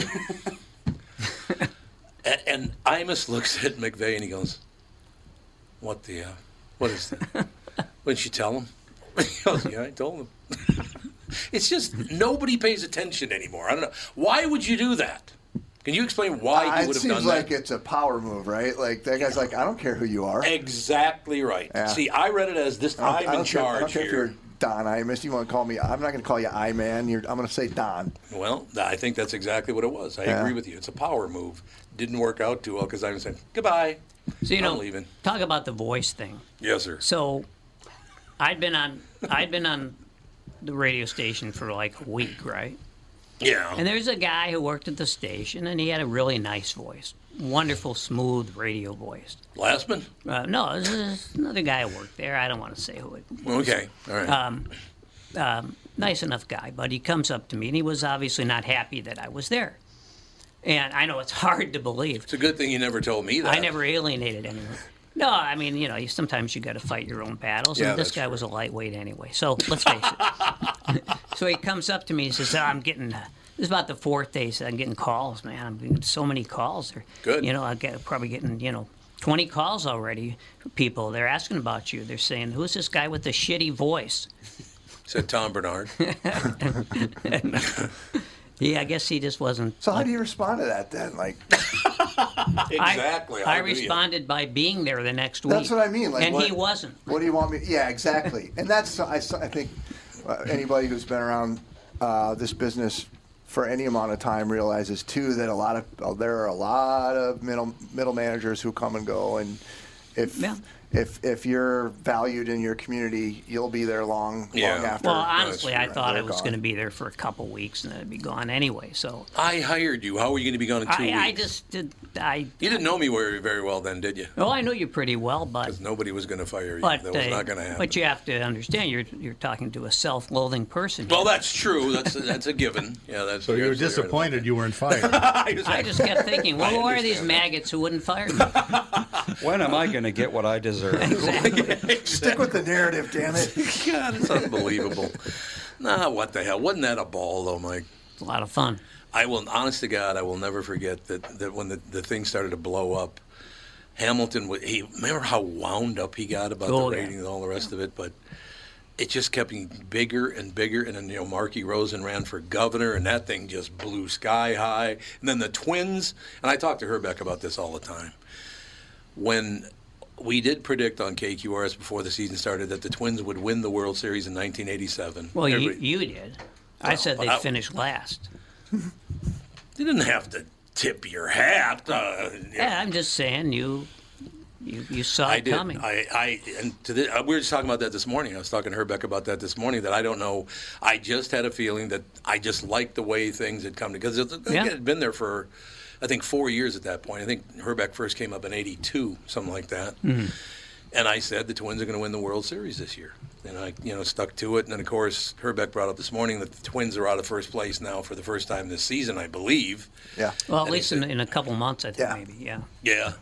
Speaker 1: and, and Imus looks at McVeigh and he goes, "What the? Uh, what is that? What did you tell him?" He goes, "Yeah, I told him." it's just nobody pays attention anymore. I don't know why would you do that. Can you explain why you
Speaker 3: Uh, it
Speaker 1: would have
Speaker 3: seems
Speaker 1: done that?
Speaker 3: like it's a power move, right? Like that guy's like, I don't care who you are.
Speaker 1: Exactly right.
Speaker 3: Yeah.
Speaker 1: See, I read it as this.
Speaker 3: I don't-
Speaker 1: I'm
Speaker 3: I
Speaker 1: in
Speaker 3: don't care- I
Speaker 1: charge
Speaker 3: don't care
Speaker 1: here.
Speaker 3: if you're Don Imus. You want to call me? I'm not going to call you I man. You're, I'm going to say Don.
Speaker 1: Well, th- I think that's exactly what it was. I
Speaker 3: Yeah.
Speaker 1: agree with you. It's a power move. Didn't work out too well because I was saying goodbye.
Speaker 5: so you
Speaker 1: I'm
Speaker 5: know,
Speaker 1: leaving.
Speaker 5: talk about the voice thing.
Speaker 1: Yes, sir.
Speaker 5: So, I'd been on I'd been on the radio station for like a week, right?
Speaker 1: Yeah.
Speaker 5: And there's a guy who worked at the station, and he had a really nice voice, wonderful, smooth radio voice.
Speaker 1: Lastman.
Speaker 5: Uh, no, this is another guy who worked there. I don't want to say who it.
Speaker 1: Okay. All right.
Speaker 5: Um, Nice enough guy, but he comes up to me, and he was obviously not happy that I was there. And I know it's hard to believe.
Speaker 1: it's a good thing you never told me that.
Speaker 5: I never alienated anyone. No, I mean, you know, you, sometimes you got to fight your own battles,
Speaker 1: Yeah,
Speaker 5: and this
Speaker 1: that's
Speaker 5: guy
Speaker 1: true.
Speaker 5: was a lightweight anyway. So let's face it. so he comes up to me and says, "Oh, "I'm getting." Uh, this is about the fourth day. So I'm getting calls, man. I'm getting so many calls. They're,
Speaker 1: Good.
Speaker 5: You know, I get probably getting you know. 20 calls already. People, they're asking about you. They're saying, Who's this guy with the shitty voice?
Speaker 1: Said Tom Bernard.
Speaker 5: Yeah, I guess he just wasn't.
Speaker 3: So how do you respond to that then? Like,
Speaker 1: exactly.
Speaker 5: I
Speaker 1: how do you?
Speaker 5: responded by being there the next week.
Speaker 3: That's what I mean, like,
Speaker 5: and he
Speaker 3: what-
Speaker 5: wasn't.
Speaker 3: what do you want me? Yeah, exactly. And that's I, s- I think uh, anybody who's been around uh, this business for any amount of time realizes too that a lot of uh, there are a lot of middle middle managers who come and go, and if
Speaker 5: Yeah.
Speaker 3: if if you're valued in your community, you'll be there long
Speaker 1: Yeah.
Speaker 3: long after.
Speaker 5: Well, honestly, I
Speaker 3: they're-
Speaker 5: thought I
Speaker 3: they're
Speaker 5: was
Speaker 3: gone.
Speaker 5: going to be there for a couple weeks and then I'd be gone anyway. So
Speaker 1: I hired you. How are you going to be gone in two
Speaker 5: I,
Speaker 1: weeks?
Speaker 5: I just did. I
Speaker 1: You didn't know me very, very well then, did you?
Speaker 5: well, I knew you pretty well, but
Speaker 1: Nobody was going to fire you.
Speaker 5: but
Speaker 1: that was
Speaker 5: uh,
Speaker 1: not going to happen.
Speaker 5: but you have to understand, you're you're talking to a self-loathing person.
Speaker 1: well, that's true. That's that's a given. Yeah, that's.
Speaker 2: So you were disappointed you weren't fired.
Speaker 5: I just kept thinking, well,
Speaker 1: I
Speaker 5: who are these
Speaker 1: understand that.
Speaker 5: maggots who wouldn't fire me?
Speaker 6: When am I going to get what I deserve?
Speaker 3: stick with the narrative, damn it.
Speaker 1: God, it's unbelievable. nah, what the hell? Wasn't that a ball though, Mike?
Speaker 5: It's a lot of fun.
Speaker 1: I will, honest to God, I will never forget that, that when the, the thing started to blow up, Hamilton was, he, remember how wound up he got about
Speaker 5: Oh,
Speaker 1: the
Speaker 5: yeah.
Speaker 1: ratings and all the rest of it, but it just kept getting bigger and bigger. And then, you know, Marky Rosen ran for governor, and that thing just blew sky high. And then the twins, and I talk to Herbeck about this all the time. When we did predict on KQRS before the season started that the twins would win the World Series in 1987.
Speaker 5: Well, you,
Speaker 1: Everybody-
Speaker 5: you did. I said they'd
Speaker 1: I-
Speaker 5: finish last.
Speaker 1: you didn't have to tip your hat. Uh,
Speaker 5: Yeah, I'm just saying you you, you saw
Speaker 1: I
Speaker 5: it
Speaker 1: did.
Speaker 5: coming.
Speaker 1: I, I and to the, uh, we were just talking about that this morning. I was talking to Herbeck about that this morning. That I don't know. I just had a feeling that I just liked the way things had come because it,
Speaker 5: Yeah.
Speaker 1: it had been there for, I think, four years at that point. I think Herbeck first came up in '82, something like that.
Speaker 5: Mm-hmm.
Speaker 1: And I said the Twins are going to win the World Series this year. And I, you know, stuck to it. And then of course Herbeck brought up this morning that the Twins are out of first place now for the first time this season, I believe.
Speaker 3: Yeah.
Speaker 5: well, at
Speaker 1: and
Speaker 5: least
Speaker 1: he
Speaker 5: in, in a couple months, I think
Speaker 3: Yeah.
Speaker 5: maybe. Yeah.
Speaker 1: Yeah.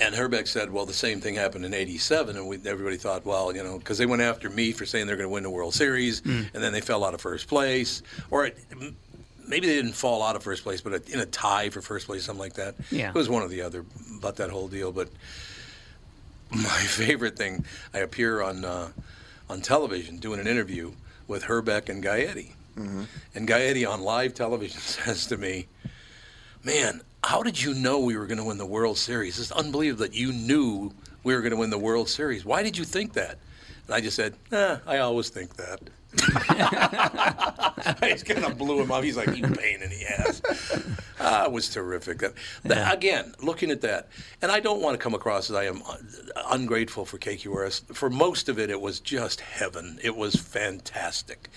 Speaker 1: And Herbeck said, well, the same thing happened in 87. And we, everybody thought, well, you know, because they went after me for saying they're going to win the World Series. And then they fell out of first place. Or it, m- maybe they didn't fall out of first place, but in a tie for first place, something like that.
Speaker 5: Yeah.
Speaker 1: It was one or the other about that whole deal. But my favorite thing, I appear on, uh, on television doing an interview with Herbeck and Gaetti. And Gaetti on live television says to me, Man, how did you know we were going to win the World Series? It's unbelievable that you knew we were going to win the World Series. Why did you think that? And I just said, eh, I always think that. I just kind of blew him off. He's like, you pain in the ass. Ah, it was terrific. That, that- Again, looking at that, and I don't want to come across as I am un- ungrateful for KQRS. For most of it, it was just heaven. It was fantastic.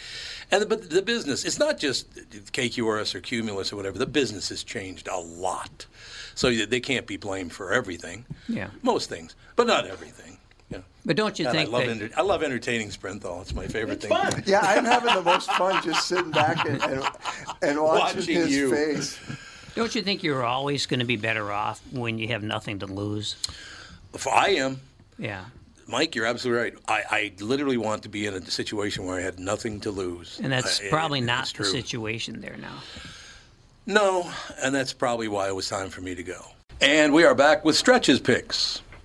Speaker 1: And but the business, it's not just KQRS or Cumulus or whatever. The business has changed a lot, so they can't be blamed for everything.
Speaker 5: Yeah.
Speaker 1: most things, but not everything. Yeah.
Speaker 5: But don't you
Speaker 1: And I
Speaker 5: think
Speaker 1: love
Speaker 5: that,
Speaker 1: enter- I love entertaining Sprinthal. It's my favorite thing.
Speaker 3: Yeah, I'm having the most fun just sitting back and, and, and watching,
Speaker 1: Watching
Speaker 3: his
Speaker 1: you.
Speaker 3: face.
Speaker 5: don't you think you're always going to be better off when you have nothing to lose?
Speaker 1: If I am.
Speaker 5: Yeah.
Speaker 1: Mike, you're absolutely right. I, I literally want to be in a situation where I had nothing to lose.
Speaker 5: And that's
Speaker 1: I-
Speaker 5: probably
Speaker 1: it-
Speaker 5: not
Speaker 1: it's
Speaker 5: the
Speaker 1: true.
Speaker 5: situation there now.
Speaker 1: No, and that's probably why it was time for me to go. And we are back with stretches picks.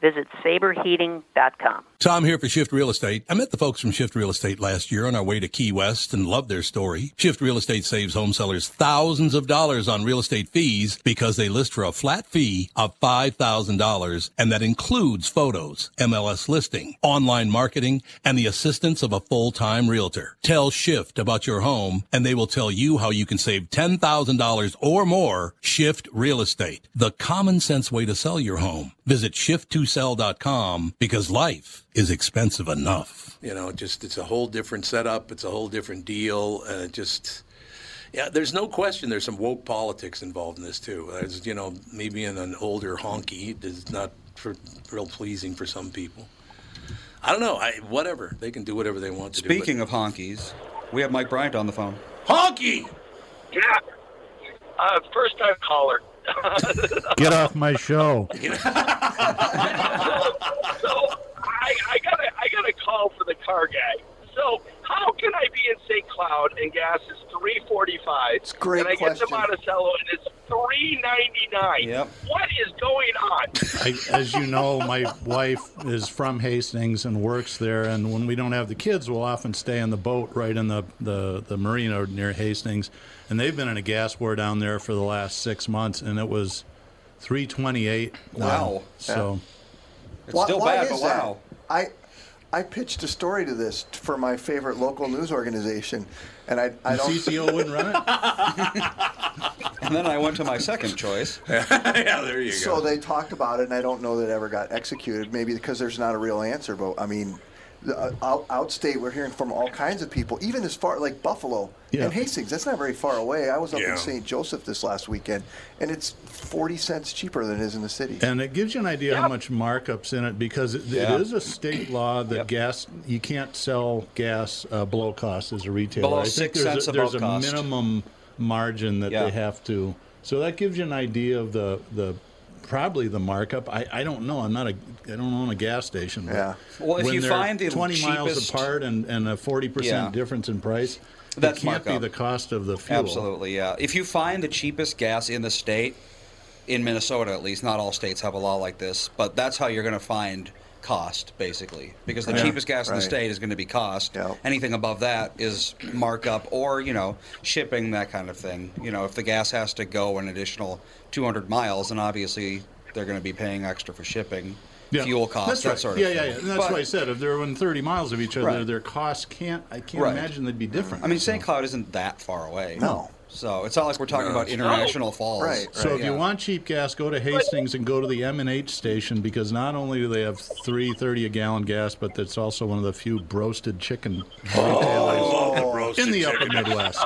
Speaker 8: Visit saberheating.com.
Speaker 9: Tom here for Shift Real Estate. I met the folks from Shift Real Estate last year on our way to Key West and loved their story. Shift Real Estate saves home sellers thousands of dollars on real estate fees because they list for a flat fee of $5,000 and that includes photos, MLS listing, online marketing, and the assistance of a full-time realtor. Tell Shift about your home and they will tell you how you can save $10,000 or more. Shift Real Estate, the common sense way to sell your home. Visit shift2sell.com because life is expensive enough.
Speaker 1: you know just it's a whole different setup it's a whole different deal and it just yeah there's no question there's some woke politics involved in this too As, you know me being an older honky is not for, real pleasing for some people i don't know i whatever they can do whatever they want to
Speaker 6: Speaking of honkies, we have Mike Bryant on the phone.
Speaker 1: do but- honky
Speaker 10: Yeah. Uh, first time caller.
Speaker 2: Get off my show.
Speaker 10: so I, I got a, I got a call for the car guy. So how can I be in St. Cloud and gas is three forty five? It's
Speaker 3: great
Speaker 10: And I get to
Speaker 3: question.
Speaker 10: Monticello and it's three ninety nine.
Speaker 2: Yep.
Speaker 10: What is going on?
Speaker 2: I, as you know, my wife is from Hastings and works there. And when we don't have the kids, we'll often stay on the boat right in the, the, the marina near Hastings. And they've been in a gas war down there for the last six months, and it was 328. now.
Speaker 6: Wow.
Speaker 2: So
Speaker 6: It's still bad, but wow.
Speaker 3: I I pitched a story to this t- for my favorite local news organization, and I I
Speaker 6: The
Speaker 3: don't.
Speaker 2: E
Speaker 6: CCO wouldn't run
Speaker 3: it.
Speaker 6: And then I went to my second choice.
Speaker 1: yeah, there you
Speaker 3: So they talked about it, and I don't know that it ever got executed. Maybe because there's not a real answer. But I mean, the, uh, out, outstate, we're hearing from all kinds of people, even as far like Buffalo
Speaker 2: Yeah.
Speaker 3: and Hastings. That's not very far away. I was up
Speaker 2: Yeah.
Speaker 3: in St. Joseph this last weekend, and it's forty cents cheaper than it is in the city.
Speaker 2: And it gives you an idea how much markups in it because it,
Speaker 3: Yeah.
Speaker 2: it is a state law that gas you can't sell gas uh, below cost as a retailer.
Speaker 6: Below
Speaker 2: I think
Speaker 6: six
Speaker 2: there's
Speaker 6: cents
Speaker 2: a,
Speaker 6: above
Speaker 2: there's a
Speaker 6: cost.
Speaker 2: minimum margin that
Speaker 6: Yeah.
Speaker 2: they have to. So that gives you an idea of the the probably the markup. I, I don't know. I'm not a I don't own a gas station. but
Speaker 3: Yeah.
Speaker 6: Well, if
Speaker 2: when
Speaker 6: you
Speaker 2: they're
Speaker 6: find the
Speaker 2: 20 miles
Speaker 6: cheapest-
Speaker 2: apart and, and a 40
Speaker 6: Yeah.
Speaker 2: percent difference in price,
Speaker 6: That's
Speaker 2: it can't
Speaker 6: markup.
Speaker 2: be the cost of the fuel.
Speaker 6: Absolutely, yeah. If you find the cheapest gas in the state, in Minnesota at least, not all states have a law like this, but that's how you're going to find cost, basically. Because the
Speaker 1: Yeah,
Speaker 6: cheapest gas in the
Speaker 1: right.
Speaker 6: state is going to be cost. Anything above that is markup or, you know, shipping, that kind of thing. You know, if the gas has to go an additional 200 miles, then obviously they're going to be paying extra for shipping. Fuel
Speaker 2: That's
Speaker 6: costs, that
Speaker 2: right.
Speaker 6: sort of
Speaker 2: yeah,
Speaker 6: thing.
Speaker 2: Yeah, yeah, And that's
Speaker 6: But-
Speaker 2: why I said if they're within 30 miles of each other,
Speaker 6: Right.
Speaker 2: their costs can't. I can't
Speaker 6: Right.
Speaker 2: imagine they'd be different.
Speaker 6: I mean, St. Cloud isn't that far away.
Speaker 2: No.
Speaker 6: So it's not like we're talking
Speaker 2: No,
Speaker 6: about
Speaker 2: it's-
Speaker 6: international falls.
Speaker 2: So if you want cheap gas, go to Hastings and go to the M and H station because not only do they have three thirty a gallon gas, but that's also one of the few broasted chicken
Speaker 6: Oh.
Speaker 2: retailers in the upper Midwest.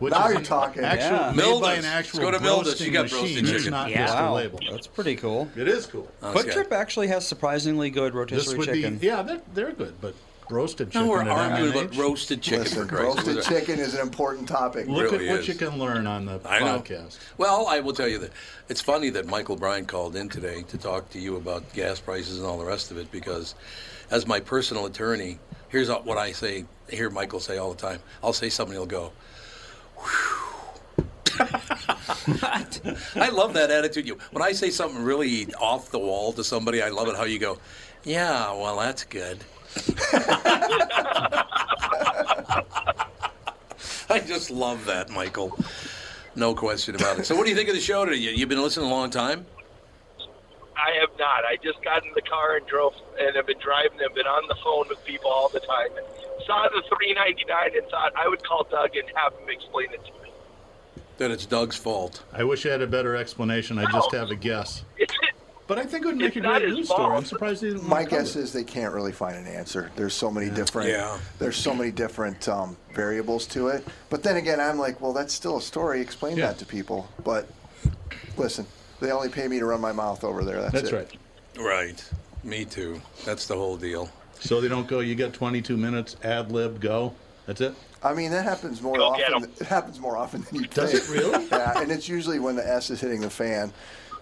Speaker 2: Which
Speaker 3: Now
Speaker 2: is
Speaker 3: you're
Speaker 2: an
Speaker 3: talking.
Speaker 2: Actual,
Speaker 6: Yeah.
Speaker 2: made by
Speaker 6: Milda's.
Speaker 2: an actual
Speaker 6: Let's go to Milda's.
Speaker 2: broasting
Speaker 6: You got
Speaker 2: machine.
Speaker 6: broasted
Speaker 2: It's
Speaker 6: chicken.
Speaker 2: not
Speaker 6: Yeah.
Speaker 2: just a
Speaker 6: Wow.
Speaker 2: label.
Speaker 6: That's pretty cool.
Speaker 2: It is cool.
Speaker 6: Quick Trip actually has surprisingly good
Speaker 2: This
Speaker 6: rotisserie
Speaker 2: would
Speaker 6: chicken.
Speaker 2: be yeah, they're, they're good, but roasted
Speaker 6: No,
Speaker 2: chicken.
Speaker 6: we're
Speaker 2: at
Speaker 6: arguing about
Speaker 2: M&H?
Speaker 1: roasted chicken, for
Speaker 3: Listen,
Speaker 1: Christ's sake.
Speaker 3: roasted chicken is an important topic.
Speaker 2: Look
Speaker 1: Really
Speaker 2: at what
Speaker 1: is.
Speaker 2: you can learn on the
Speaker 1: I know.
Speaker 2: podcast.
Speaker 1: Well, I will tell you that it's funny that Michael Bryan called in today to talk to you about gas prices and all the rest of it because, as my personal attorney, here's what I say. I hear Michael say all the time. I'll say something, he'll go, "Whew." I love that attitude. You, when I say something really off the wall to somebody, I love it how you go, "Yeah, well, that's good." I just love that, Michael. No question about it. So, what do you think of the show today? You, you've been listening a long time.
Speaker 10: I have not. I just got in the car and drove, and have been driving. I've been on the phone with people all the time. And saw the 399 and thought I would call Doug and have him explain it to me.
Speaker 1: That it's Doug's fault.
Speaker 2: I wish I had a better explanation. I just have a guess. But I think it would make a great news story. I'm surprised they didn't.
Speaker 3: My
Speaker 2: wanna cover
Speaker 3: guess
Speaker 2: it.
Speaker 3: is they can't really find an answer. There's so many different.
Speaker 2: Yeah.
Speaker 3: There's so many different um, variables to it. But then again, I'm like, well, that's still a story. Explain that to people. But listen, they only pay me to run my mouth over there.
Speaker 2: That's
Speaker 3: That's, it.
Speaker 2: right.
Speaker 1: Right. Me too. That's the whole deal.
Speaker 2: So they don't go. You got 22 minutes. Ad lib. Go. That's it.
Speaker 3: I mean, that happens more
Speaker 2: Go get
Speaker 3: often. It happens more often than you
Speaker 2: Does
Speaker 3: think.
Speaker 2: it really?
Speaker 3: yeah, and it's usually when the S is hitting the fan.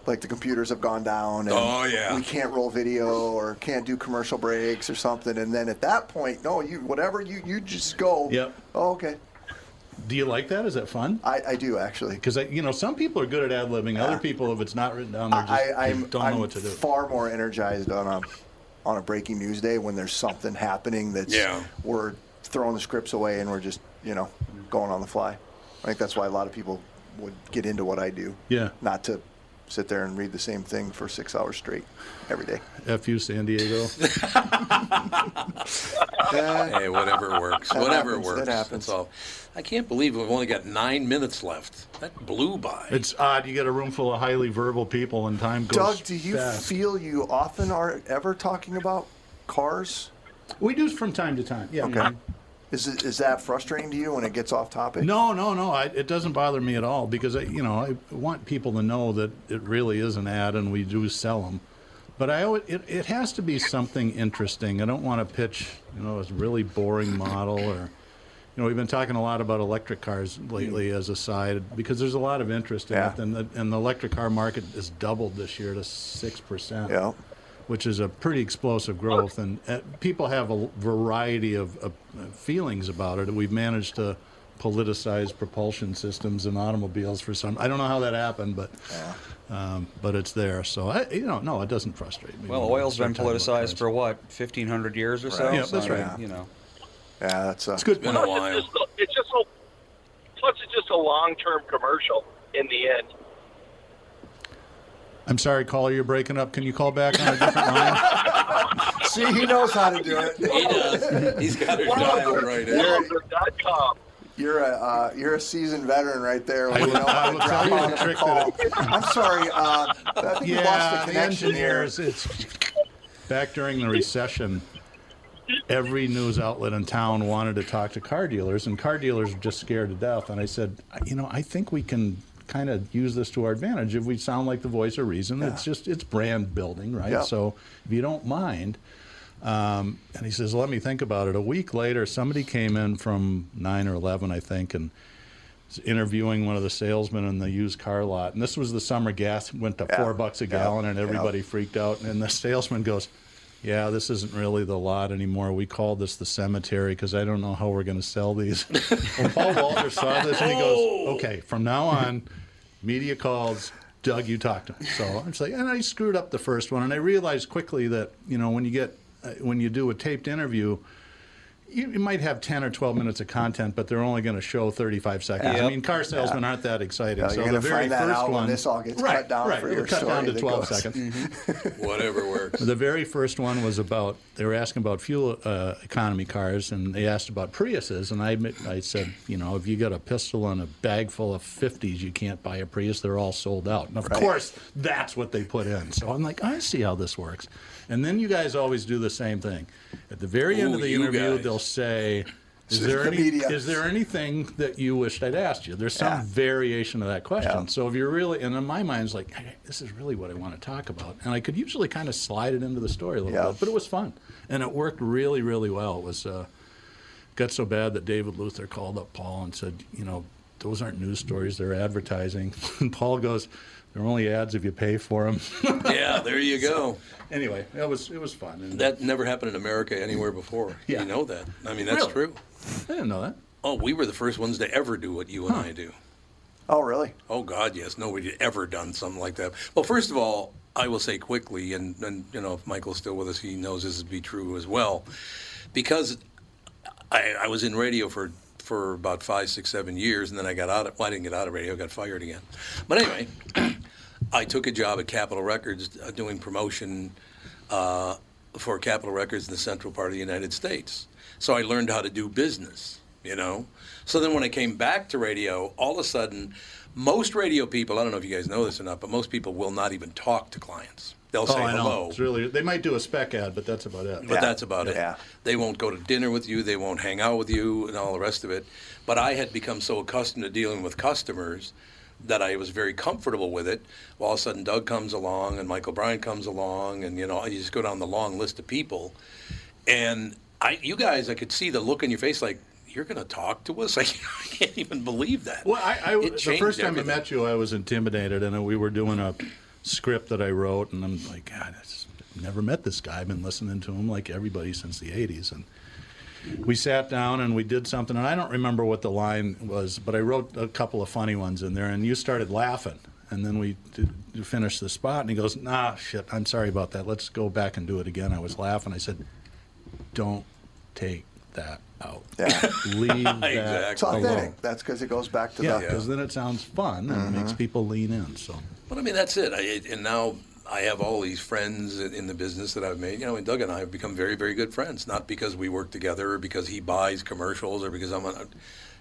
Speaker 3: Like the computers have gone down, and
Speaker 1: Oh, yeah.
Speaker 3: we can't roll video or can't do commercial breaks or something. And then at that point, no, you whatever you you just go.
Speaker 2: Yep.
Speaker 3: Oh, okay.
Speaker 2: Do you like that? Is that fun?
Speaker 3: I, I do actually.
Speaker 2: Because you know some people are good at ad libbing. Other people, if it's not written down, they just
Speaker 3: I,
Speaker 2: they
Speaker 3: I'm,
Speaker 2: don't
Speaker 3: I'm
Speaker 2: know what to do.
Speaker 3: far more energized on a on a breaking news day when there's something happening that's
Speaker 2: Yeah.
Speaker 3: we're throwing the scripts away and we're just you know going on the fly. I think that's why a lot of people would get into what I do.
Speaker 2: Yeah.
Speaker 3: Not to sit there and read the same thing for six hours straight every day.
Speaker 2: F you, San Diego.
Speaker 1: hey, whatever works.
Speaker 3: That
Speaker 1: Whatever
Speaker 3: happens,
Speaker 1: works.
Speaker 3: that happens.
Speaker 1: That's all. I can't believe we've only got nine minutes left. That blew by.
Speaker 2: it's odd. You get a room full of highly verbal people, and time goes.
Speaker 3: Doug, do you
Speaker 2: fast.
Speaker 3: feel you often are ever talking about cars?
Speaker 2: We do from time to time. Yeah.
Speaker 3: Okay. Is it, is that frustrating to you when it gets off topic?
Speaker 2: No, no, no. I, it doesn't bother me at all because I, you know I want people to know that it really is an ad and we do sell them. But I always, it, it has to be something interesting. I don't want to pitch you know a really boring model or You know, we've been talking a lot about electric cars lately as a side because there's a lot of interest in
Speaker 3: Yeah.
Speaker 2: it, and the, and the electric car market has doubled this year to six percent.
Speaker 3: Yeah.
Speaker 2: Which is a pretty explosive growth, and uh, people have a variety of, of feelings about it. We've managed to politicize propulsion systems in automobiles for some. I don't know how that happened, but um, but it's there. So I, you know, no, it doesn't frustrate me.
Speaker 6: Well,
Speaker 2: when we
Speaker 6: oil's been
Speaker 2: start talking about
Speaker 6: politicized for what, 1,500 years or so?
Speaker 2: Right. Yeah,
Speaker 6: So,
Speaker 2: that's
Speaker 6: I mean,
Speaker 2: right.
Speaker 6: You know.
Speaker 3: Yeah, that's uh,
Speaker 6: It's good. been a
Speaker 10: Plus,
Speaker 6: while.
Speaker 10: It's just, a- it's just a, plus it's just a long-term commercial in the end.
Speaker 2: I'm sorry, caller, you're breaking up. Can you call back on a different line?
Speaker 3: See, he knows how to do it.
Speaker 1: He does. He's got her dialed right in.
Speaker 3: You're, you're a uh, you're a seasoned veteran right there. when you know how to drop
Speaker 2: you
Speaker 3: on
Speaker 2: the
Speaker 3: a call. I'm sorry. Uh, I think we lost the connection here.
Speaker 2: engineers. It's back during the recession. Every news outlet in town wanted to talk to car dealers, and car dealers were just scared to death. And I said, "I- you know, I think we can kind of use this to our advantage if we sound like the voice of reason. It's just it's brand building, right?
Speaker 3: Yep.
Speaker 2: So if you don't mind. Um, and he says, "Let me think about it." A week later, somebody came in from nine or eleven, I think, and was interviewing one of the salesmen in the used car lot. And this was the summer gas went to four bucks a gallon, and everybody freaked out. And the salesman goes, "Yeah, this isn't really the lot anymore. We call this the cemetery because I don't know how we're going to sell these." and Paul Walter saw this, and he goes, "Okay, from now on, media calls." Doug, you talked to him. So I'm just like, and I screwed up the first one, and I realized quickly that you know when you get uh, when you do a taped interview, you, you might have 10 or 12 minutes of content, but they're only going to show 35 seconds. I
Speaker 3: Yep.
Speaker 2: mean, car salesmen
Speaker 3: Yeah.
Speaker 2: aren't that exciting.
Speaker 3: Yeah,
Speaker 2: so
Speaker 3: you're
Speaker 2: the
Speaker 3: gonna
Speaker 2: very
Speaker 3: find that
Speaker 2: first
Speaker 3: out
Speaker 2: one,
Speaker 3: when this all gets
Speaker 2: right,
Speaker 3: cut down
Speaker 2: right,
Speaker 3: for
Speaker 2: it'll
Speaker 3: your
Speaker 2: cut down
Speaker 3: story
Speaker 2: to
Speaker 3: that
Speaker 2: 12
Speaker 3: goes.
Speaker 2: seconds.
Speaker 1: Whatever works.
Speaker 2: The very first one was about they were asking about fuel uh, economy cars, and they asked about Priuses, and I admit- I said, you know, if you got a pistol and a bag full of 50s, you can't buy a Prius; they're all sold out. And of
Speaker 3: Right.
Speaker 2: course, that's what they put in. So I'm like, I see how this works. And then you guys always do the same thing. At the very end
Speaker 1: Ooh,
Speaker 2: of the
Speaker 1: you
Speaker 2: interview,
Speaker 1: guys.
Speaker 2: they'll say. Is
Speaker 3: So
Speaker 2: there,
Speaker 3: the
Speaker 2: any,
Speaker 3: media.
Speaker 2: is there anything that you wished I'd asked you? There's some variation of that question.
Speaker 3: Yeah.
Speaker 2: So if you're really, and in my mind, it's like, "Hey, this is really what I want to talk about. And I could usually kind of slide it into the story a little
Speaker 3: Yeah.
Speaker 2: bit, but it was fun. And it worked really, really well. It was, uh, got so bad that David Luther called up Paul and said, you know, those aren't news stories, they're advertising. and Paul goes, they're only ads if you pay for them.
Speaker 1: Yeah, there you go.
Speaker 2: anyway, it was, it was fun. And
Speaker 1: That never happened in America anywhere before.
Speaker 2: Yeah.
Speaker 1: You know that. I mean, that's
Speaker 2: Really?
Speaker 1: true.
Speaker 2: I didn't know that.
Speaker 1: Oh, we were the first ones to ever do what you and I do.
Speaker 3: Oh, really?
Speaker 1: Oh God, yes, nobody had ever done something like that. Well, first of all, I will say quickly, and, and you know, if Michael's still with us, he knows this to be true as well, because I, I was in radio for for about five, six, seven years, and then I got out. Of, well, I didn't get out of radio; I got fired again. But anyway, I took a job at Capitol Records uh, doing promotion uh, for Capitol Records in the central part of the United States. So I learned how to do business, you know. So then when I came back to radio, all of a sudden, most radio people, I don't know if you guys know this or not, but most people will not even talk to clients. They'll say
Speaker 2: Oh, I know.
Speaker 1: hello.
Speaker 2: It's really, they might do a spec ad, but that's about it.
Speaker 1: But that's about it.
Speaker 3: Yeah.
Speaker 1: They won't go to dinner with you. They won't hang out with you and all the rest of it. But I had become so accustomed to dealing with customers that I was very comfortable with it. Well, all of a sudden, Doug comes along and Michael Bryan comes along, and you know, you just go down the long list of people. And I, you guys, I could see the look in your face, like you're going to talk to us. I can't even believe that.
Speaker 2: Well, I, I
Speaker 1: It
Speaker 2: the
Speaker 1: changed
Speaker 2: first time I
Speaker 1: everything.
Speaker 2: met you, I was intimidated, and we were doing a script that I wrote, and I'm like, God, I've never met this guy. I've been listening to him like everybody since the '80s, and we sat down and we did something, and I don't remember what the line was, but I wrote a couple of funny ones in there, and you started laughing. And then we did, did finished the spot, and he goes, "Nah, shit, I'm sorry about that. Let's go back and do it again." I was laughing. I said, "Don't take that out.
Speaker 3: Yeah.
Speaker 2: Leave that
Speaker 3: It's
Speaker 1: Exactly.
Speaker 2: alone."
Speaker 3: authentic. That's because it goes back
Speaker 2: Oh,
Speaker 3: to
Speaker 2: Yeah, Mm-hmm.
Speaker 3: the.
Speaker 2: because then it sounds fun and it makes people lean in. So
Speaker 1: But I mean, that's it. I, it- and now I have all these friends in, in the business that I've made. You know, and Doug and I have become very, very good friends. Not because we work together or because he buys commercials or because I'm on.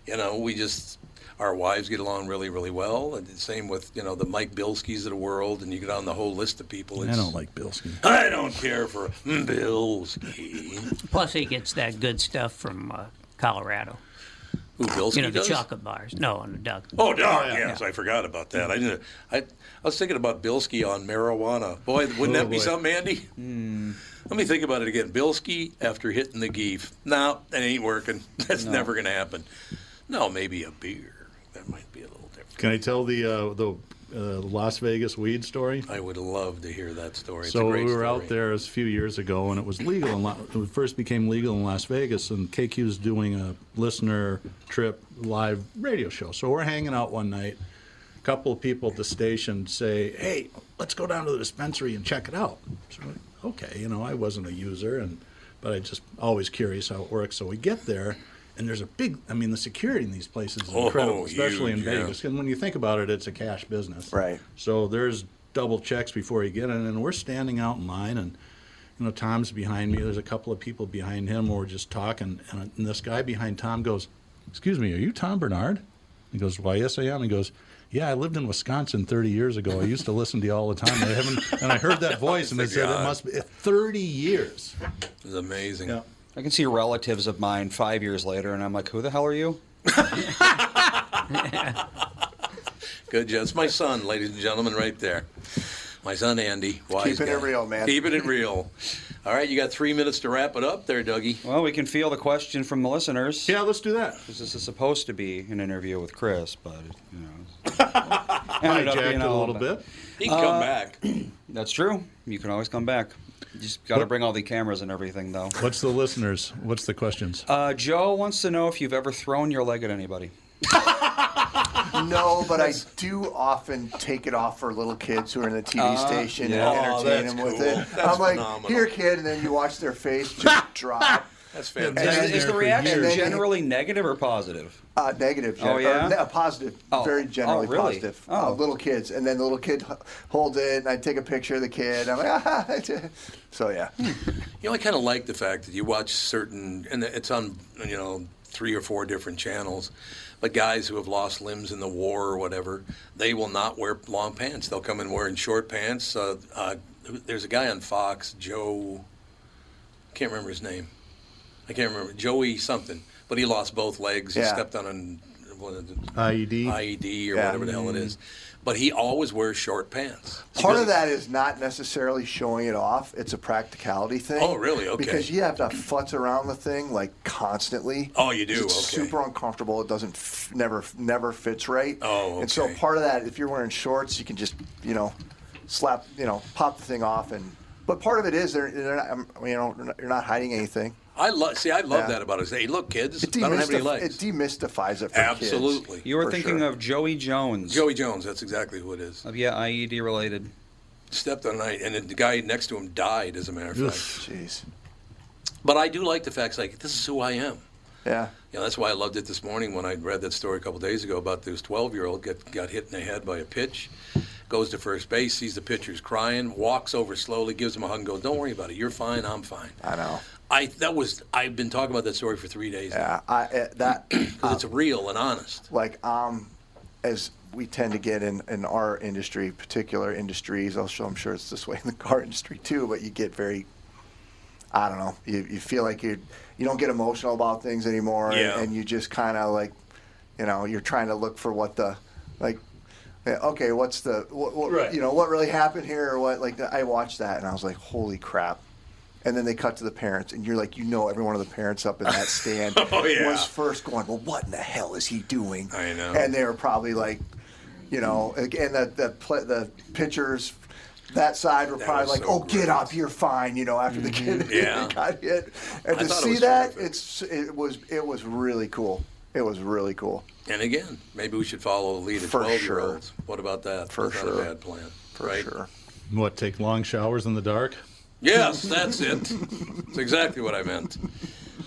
Speaker 1: You know, we just our wives get along really, really well. And the same with you know the Mike Bilskis of the world, and you get on the whole list of people.
Speaker 2: I don't like Bilski.
Speaker 1: I don't care for Bilski.
Speaker 5: Plus, he gets that good stuff from uh, Colorado.
Speaker 1: Who Bilski
Speaker 5: you know, the
Speaker 1: does?
Speaker 5: chocolate bars. No, no, Doug.
Speaker 1: Oh, Doug. yes, I forgot about that. I
Speaker 2: Mm-hmm.
Speaker 1: didn't. I, I was thinking about Bilski on marijuana. Boy, wouldn't
Speaker 11: Oh,
Speaker 1: that be
Speaker 11: boy.
Speaker 1: something, Andy?
Speaker 2: Hmm.
Speaker 1: Let me think about it again. Bilski after hitting the geef. No, that ain't working. That's
Speaker 2: No.
Speaker 1: never going to happen. No, maybe a beer. That might be a little different.
Speaker 2: Can I tell the uh, the uh, Las Vegas weed story?
Speaker 1: I would love to hear that story. It's
Speaker 2: so
Speaker 1: a
Speaker 2: we
Speaker 1: great
Speaker 2: were
Speaker 1: story.
Speaker 2: out there a few years ago, and it was legal. In La- it first became legal in Las Vegas, and KQ's doing a listener trip live radio show. So we're hanging out one night. A couple of people at the station say, "Hey, let's go down to the dispensary and check it out." So we're like, okay, you know, I wasn't a user, and but I just always curious how it works. So we get there, and there's a big. I mean, the security in these places is
Speaker 1: Oh,
Speaker 2: incredible, especially in
Speaker 1: huge, yeah.
Speaker 2: Vegas. And when you think about it, it's a cash business.
Speaker 3: Right.
Speaker 2: So there's double checks before you get in, and we're standing out in line, and you know Tom's behind me. There's a couple of people behind him. We're just talking, and, and this guy behind Tom goes, "Excuse me, are you Tom Bernard?" He goes, "Why, yes, I am." He goes. Yeah, I lived in Wisconsin 30 years ago. I used to listen to you all the time. I haven't, and I heard that voice, and I said, "It must be 30 years."
Speaker 1: It's amazing.
Speaker 6: I can see relatives of mine five years later, and I'm like, "Who the hell are you?"
Speaker 1: Good, Joe. It's my son, ladies and gentlemen, right there. My son Andy. Wise
Speaker 6: Keeping
Speaker 1: guy.
Speaker 6: it real, man.
Speaker 1: Keeping it real. All right, you got three minutes to wrap it up there, Dougie.
Speaker 6: Well, we can feel the question from the listeners.
Speaker 2: Yeah, let's do that.
Speaker 6: This is supposed to be an interview with Chris, but you know,
Speaker 2: Hijacked it a little bit.
Speaker 1: He can
Speaker 2: Uh,
Speaker 1: come back.
Speaker 6: That's true. You can always come back. You just got to bring all the cameras and everything, though.
Speaker 2: What's the listeners? What's the questions?
Speaker 6: Uh, Joe wants to know if you've ever thrown your leg at anybody.
Speaker 3: no, but I do often take it off for little kids who are in the TV
Speaker 6: Ah,
Speaker 3: station
Speaker 6: yeah.
Speaker 3: and
Speaker 6: Oh,
Speaker 3: entertain
Speaker 6: that's
Speaker 3: them with
Speaker 6: cool.
Speaker 3: it.
Speaker 6: That's
Speaker 3: I'm like,
Speaker 6: phenomenal.
Speaker 3: here, kid, and then you watch their face just drop.
Speaker 1: That's
Speaker 3: And
Speaker 6: Is,
Speaker 3: then-
Speaker 6: is the
Speaker 3: and
Speaker 6: reaction
Speaker 3: then-
Speaker 6: generally negative or positive?
Speaker 3: Uh, negative.
Speaker 6: Oh,
Speaker 3: gen-
Speaker 6: yeah?
Speaker 3: Or, ne- positive.
Speaker 6: Oh.
Speaker 3: Very generally
Speaker 6: Oh, really?
Speaker 3: positive. Uh,
Speaker 6: Oh.
Speaker 3: little kids, and then the little kid h- holds it, and I take a picture of the kid. I'm like, ah, so yeah.
Speaker 1: Hmm. You know, I kind of like the fact that you watch certain, and it's on, you know, three or four different channels. But guys who have lost limbs in the war or whatever, they will not wear long pants. They'll come in wearing short pants. Uh, uh, there's a guy on Fox, Joe, I can't remember his name. I can't remember Joey something, but he lost both legs. He
Speaker 2: Yeah.
Speaker 1: stepped on an one of the-
Speaker 2: IED?
Speaker 1: E IED or
Speaker 3: Uh, Yeah.
Speaker 1: whatever the hell it is. But he always wears short pants.
Speaker 3: Part of that is not necessarily showing it off. It's a practicality thing.
Speaker 1: Oh, really? Okay.
Speaker 3: Because you have to futz around the thing like constantly.
Speaker 1: Oh, you do?
Speaker 3: It's
Speaker 1: Okay.
Speaker 3: super uncomfortable. It doesn't f- never never fits right.
Speaker 1: Oh,
Speaker 3: And so
Speaker 1: okay.
Speaker 3: part of that, if you're wearing shorts, you can just you know slap you know pop the thing off and. But part of it is they're, they're not, um, you know you're not- you're not hiding anything.
Speaker 1: I love. See, I love
Speaker 3: Yeah.
Speaker 1: that about us. Hey, look, kids,
Speaker 3: It,
Speaker 1: I don't have any
Speaker 3: demystif-
Speaker 1: legs.
Speaker 3: it demystifies it for kids.
Speaker 1: Absolutely.
Speaker 6: You were thinking of Joey Jones.
Speaker 1: Joey Jones. That's exactly who it is.
Speaker 6: Of yeah, IED related.
Speaker 1: Stepped on night, and then the guy next to him died. As a matter of
Speaker 6: Oof.
Speaker 1: fact.
Speaker 3: Jeez.
Speaker 1: But I do like the facts. Like this is who I am.
Speaker 3: Yeah.
Speaker 1: You know, that's why I loved it this morning when I read that story a couple days ago about this 12-year-old got got hit in the head by a pitch, goes to first base, sees the pitcher's crying, walks over slowly, gives him a hug, and goes, "Don't worry about it. You're fine. I'm fine."
Speaker 3: I know.
Speaker 1: I that was I've been talking about that story for three days.
Speaker 3: Yeah, I, uh, that
Speaker 1: because it's real and honest.
Speaker 3: like um, as we tend to get in, in our industry, particular industries. Also, I'm sure it's this way in the car industry too. But you get very, I don't know, you, you feel like you you don't get emotional about things anymore, and-
Speaker 12: Yeah.
Speaker 3: and, you just kind of like, you know, you're trying to look for what the like. yeah, Okay, what's the what, what
Speaker 12: Right.
Speaker 3: you know what really happened here or what like the, I watched that and I was like holy crap, and then they cut to the parents and you're like you know every one of the parents up in that stand
Speaker 12: Oh, yeah.
Speaker 3: was first going well what in the hell is he doing
Speaker 1: I know.
Speaker 3: and they were probably like, you know, and the the pl- the pitchers that side were
Speaker 12: That
Speaker 3: probably
Speaker 12: was
Speaker 3: like,
Speaker 12: so
Speaker 3: "Oh, get up, you're fine," you know, after the
Speaker 12: Mhm.
Speaker 3: kid
Speaker 12: Yeah.
Speaker 3: got hit, and
Speaker 12: I
Speaker 3: to
Speaker 12: thought it
Speaker 3: see
Speaker 12: was
Speaker 3: that, it's it was it was really cool. It was really cool.
Speaker 1: And again, maybe we should follow the lead of
Speaker 3: For
Speaker 1: 12 year olds. What about that?
Speaker 3: For
Speaker 1: that's Not
Speaker 3: sure.
Speaker 1: a bad plan. For sure.
Speaker 2: What take long showers in the dark?
Speaker 1: Yes, that's it. that's exactly what I meant.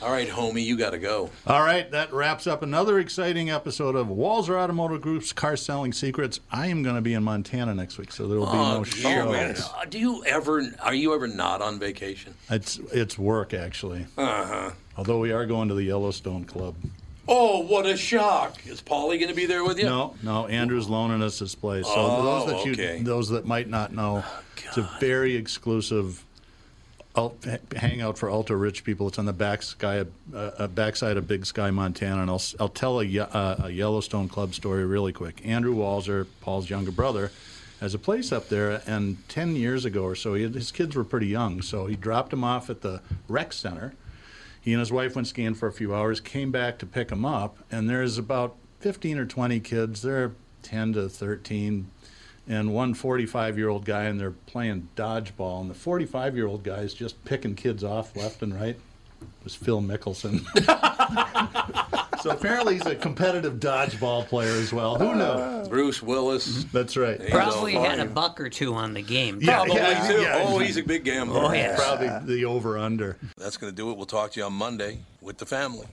Speaker 1: All right, homie, you got to go.
Speaker 2: All right, that wraps up another exciting episode of Walzer Automotive Group's Car Selling Secrets. I am going to be in Montana next week, so there will be no
Speaker 1: gee
Speaker 2: show.
Speaker 1: whiz. Uh, Do you ever, are you ever not on vacation?
Speaker 2: It's it's work actually.
Speaker 1: Uh huh.
Speaker 2: Although we are going to the Yellowstone Club.
Speaker 1: Oh, what a shock. Is Polly going to be there with you?
Speaker 2: No, no, Andrew's loaning us this place. So
Speaker 1: Oh,
Speaker 2: those that you
Speaker 1: okay. Oh,
Speaker 2: those that might not know, it's a very exclusive alt, hangout for ultra rich people. It's on the back sky, uh, uh, backside of Big Sky, Montana. And I'll, s- I'll tell a, Ye- uh, a Yellowstone Club story really quick. Andrew Walzer, Paul's younger brother, has a place up there. And 10 years ago or so, he, had- his kids were pretty young. So he dropped them off at the rec center. He and his wife went skiing for a few hours, came back to pick him up, and there's about 15 or 20 kids. They're 10 to 13, and one 45 year old guy, and they're playing dodgeball. And the 45 year old guy is just picking kids off left and right. It was Phil Mickelson. so apparently he's a competitive dodgeball player as well. Who knows?
Speaker 1: Bruce Willis.
Speaker 2: That's right.
Speaker 5: Probably had a buck or two on the game.
Speaker 1: Probably too. oh, he's a big gambler.
Speaker 2: Probably the over under.
Speaker 9: That's going to do it. We'll talk to you on Monday with the family.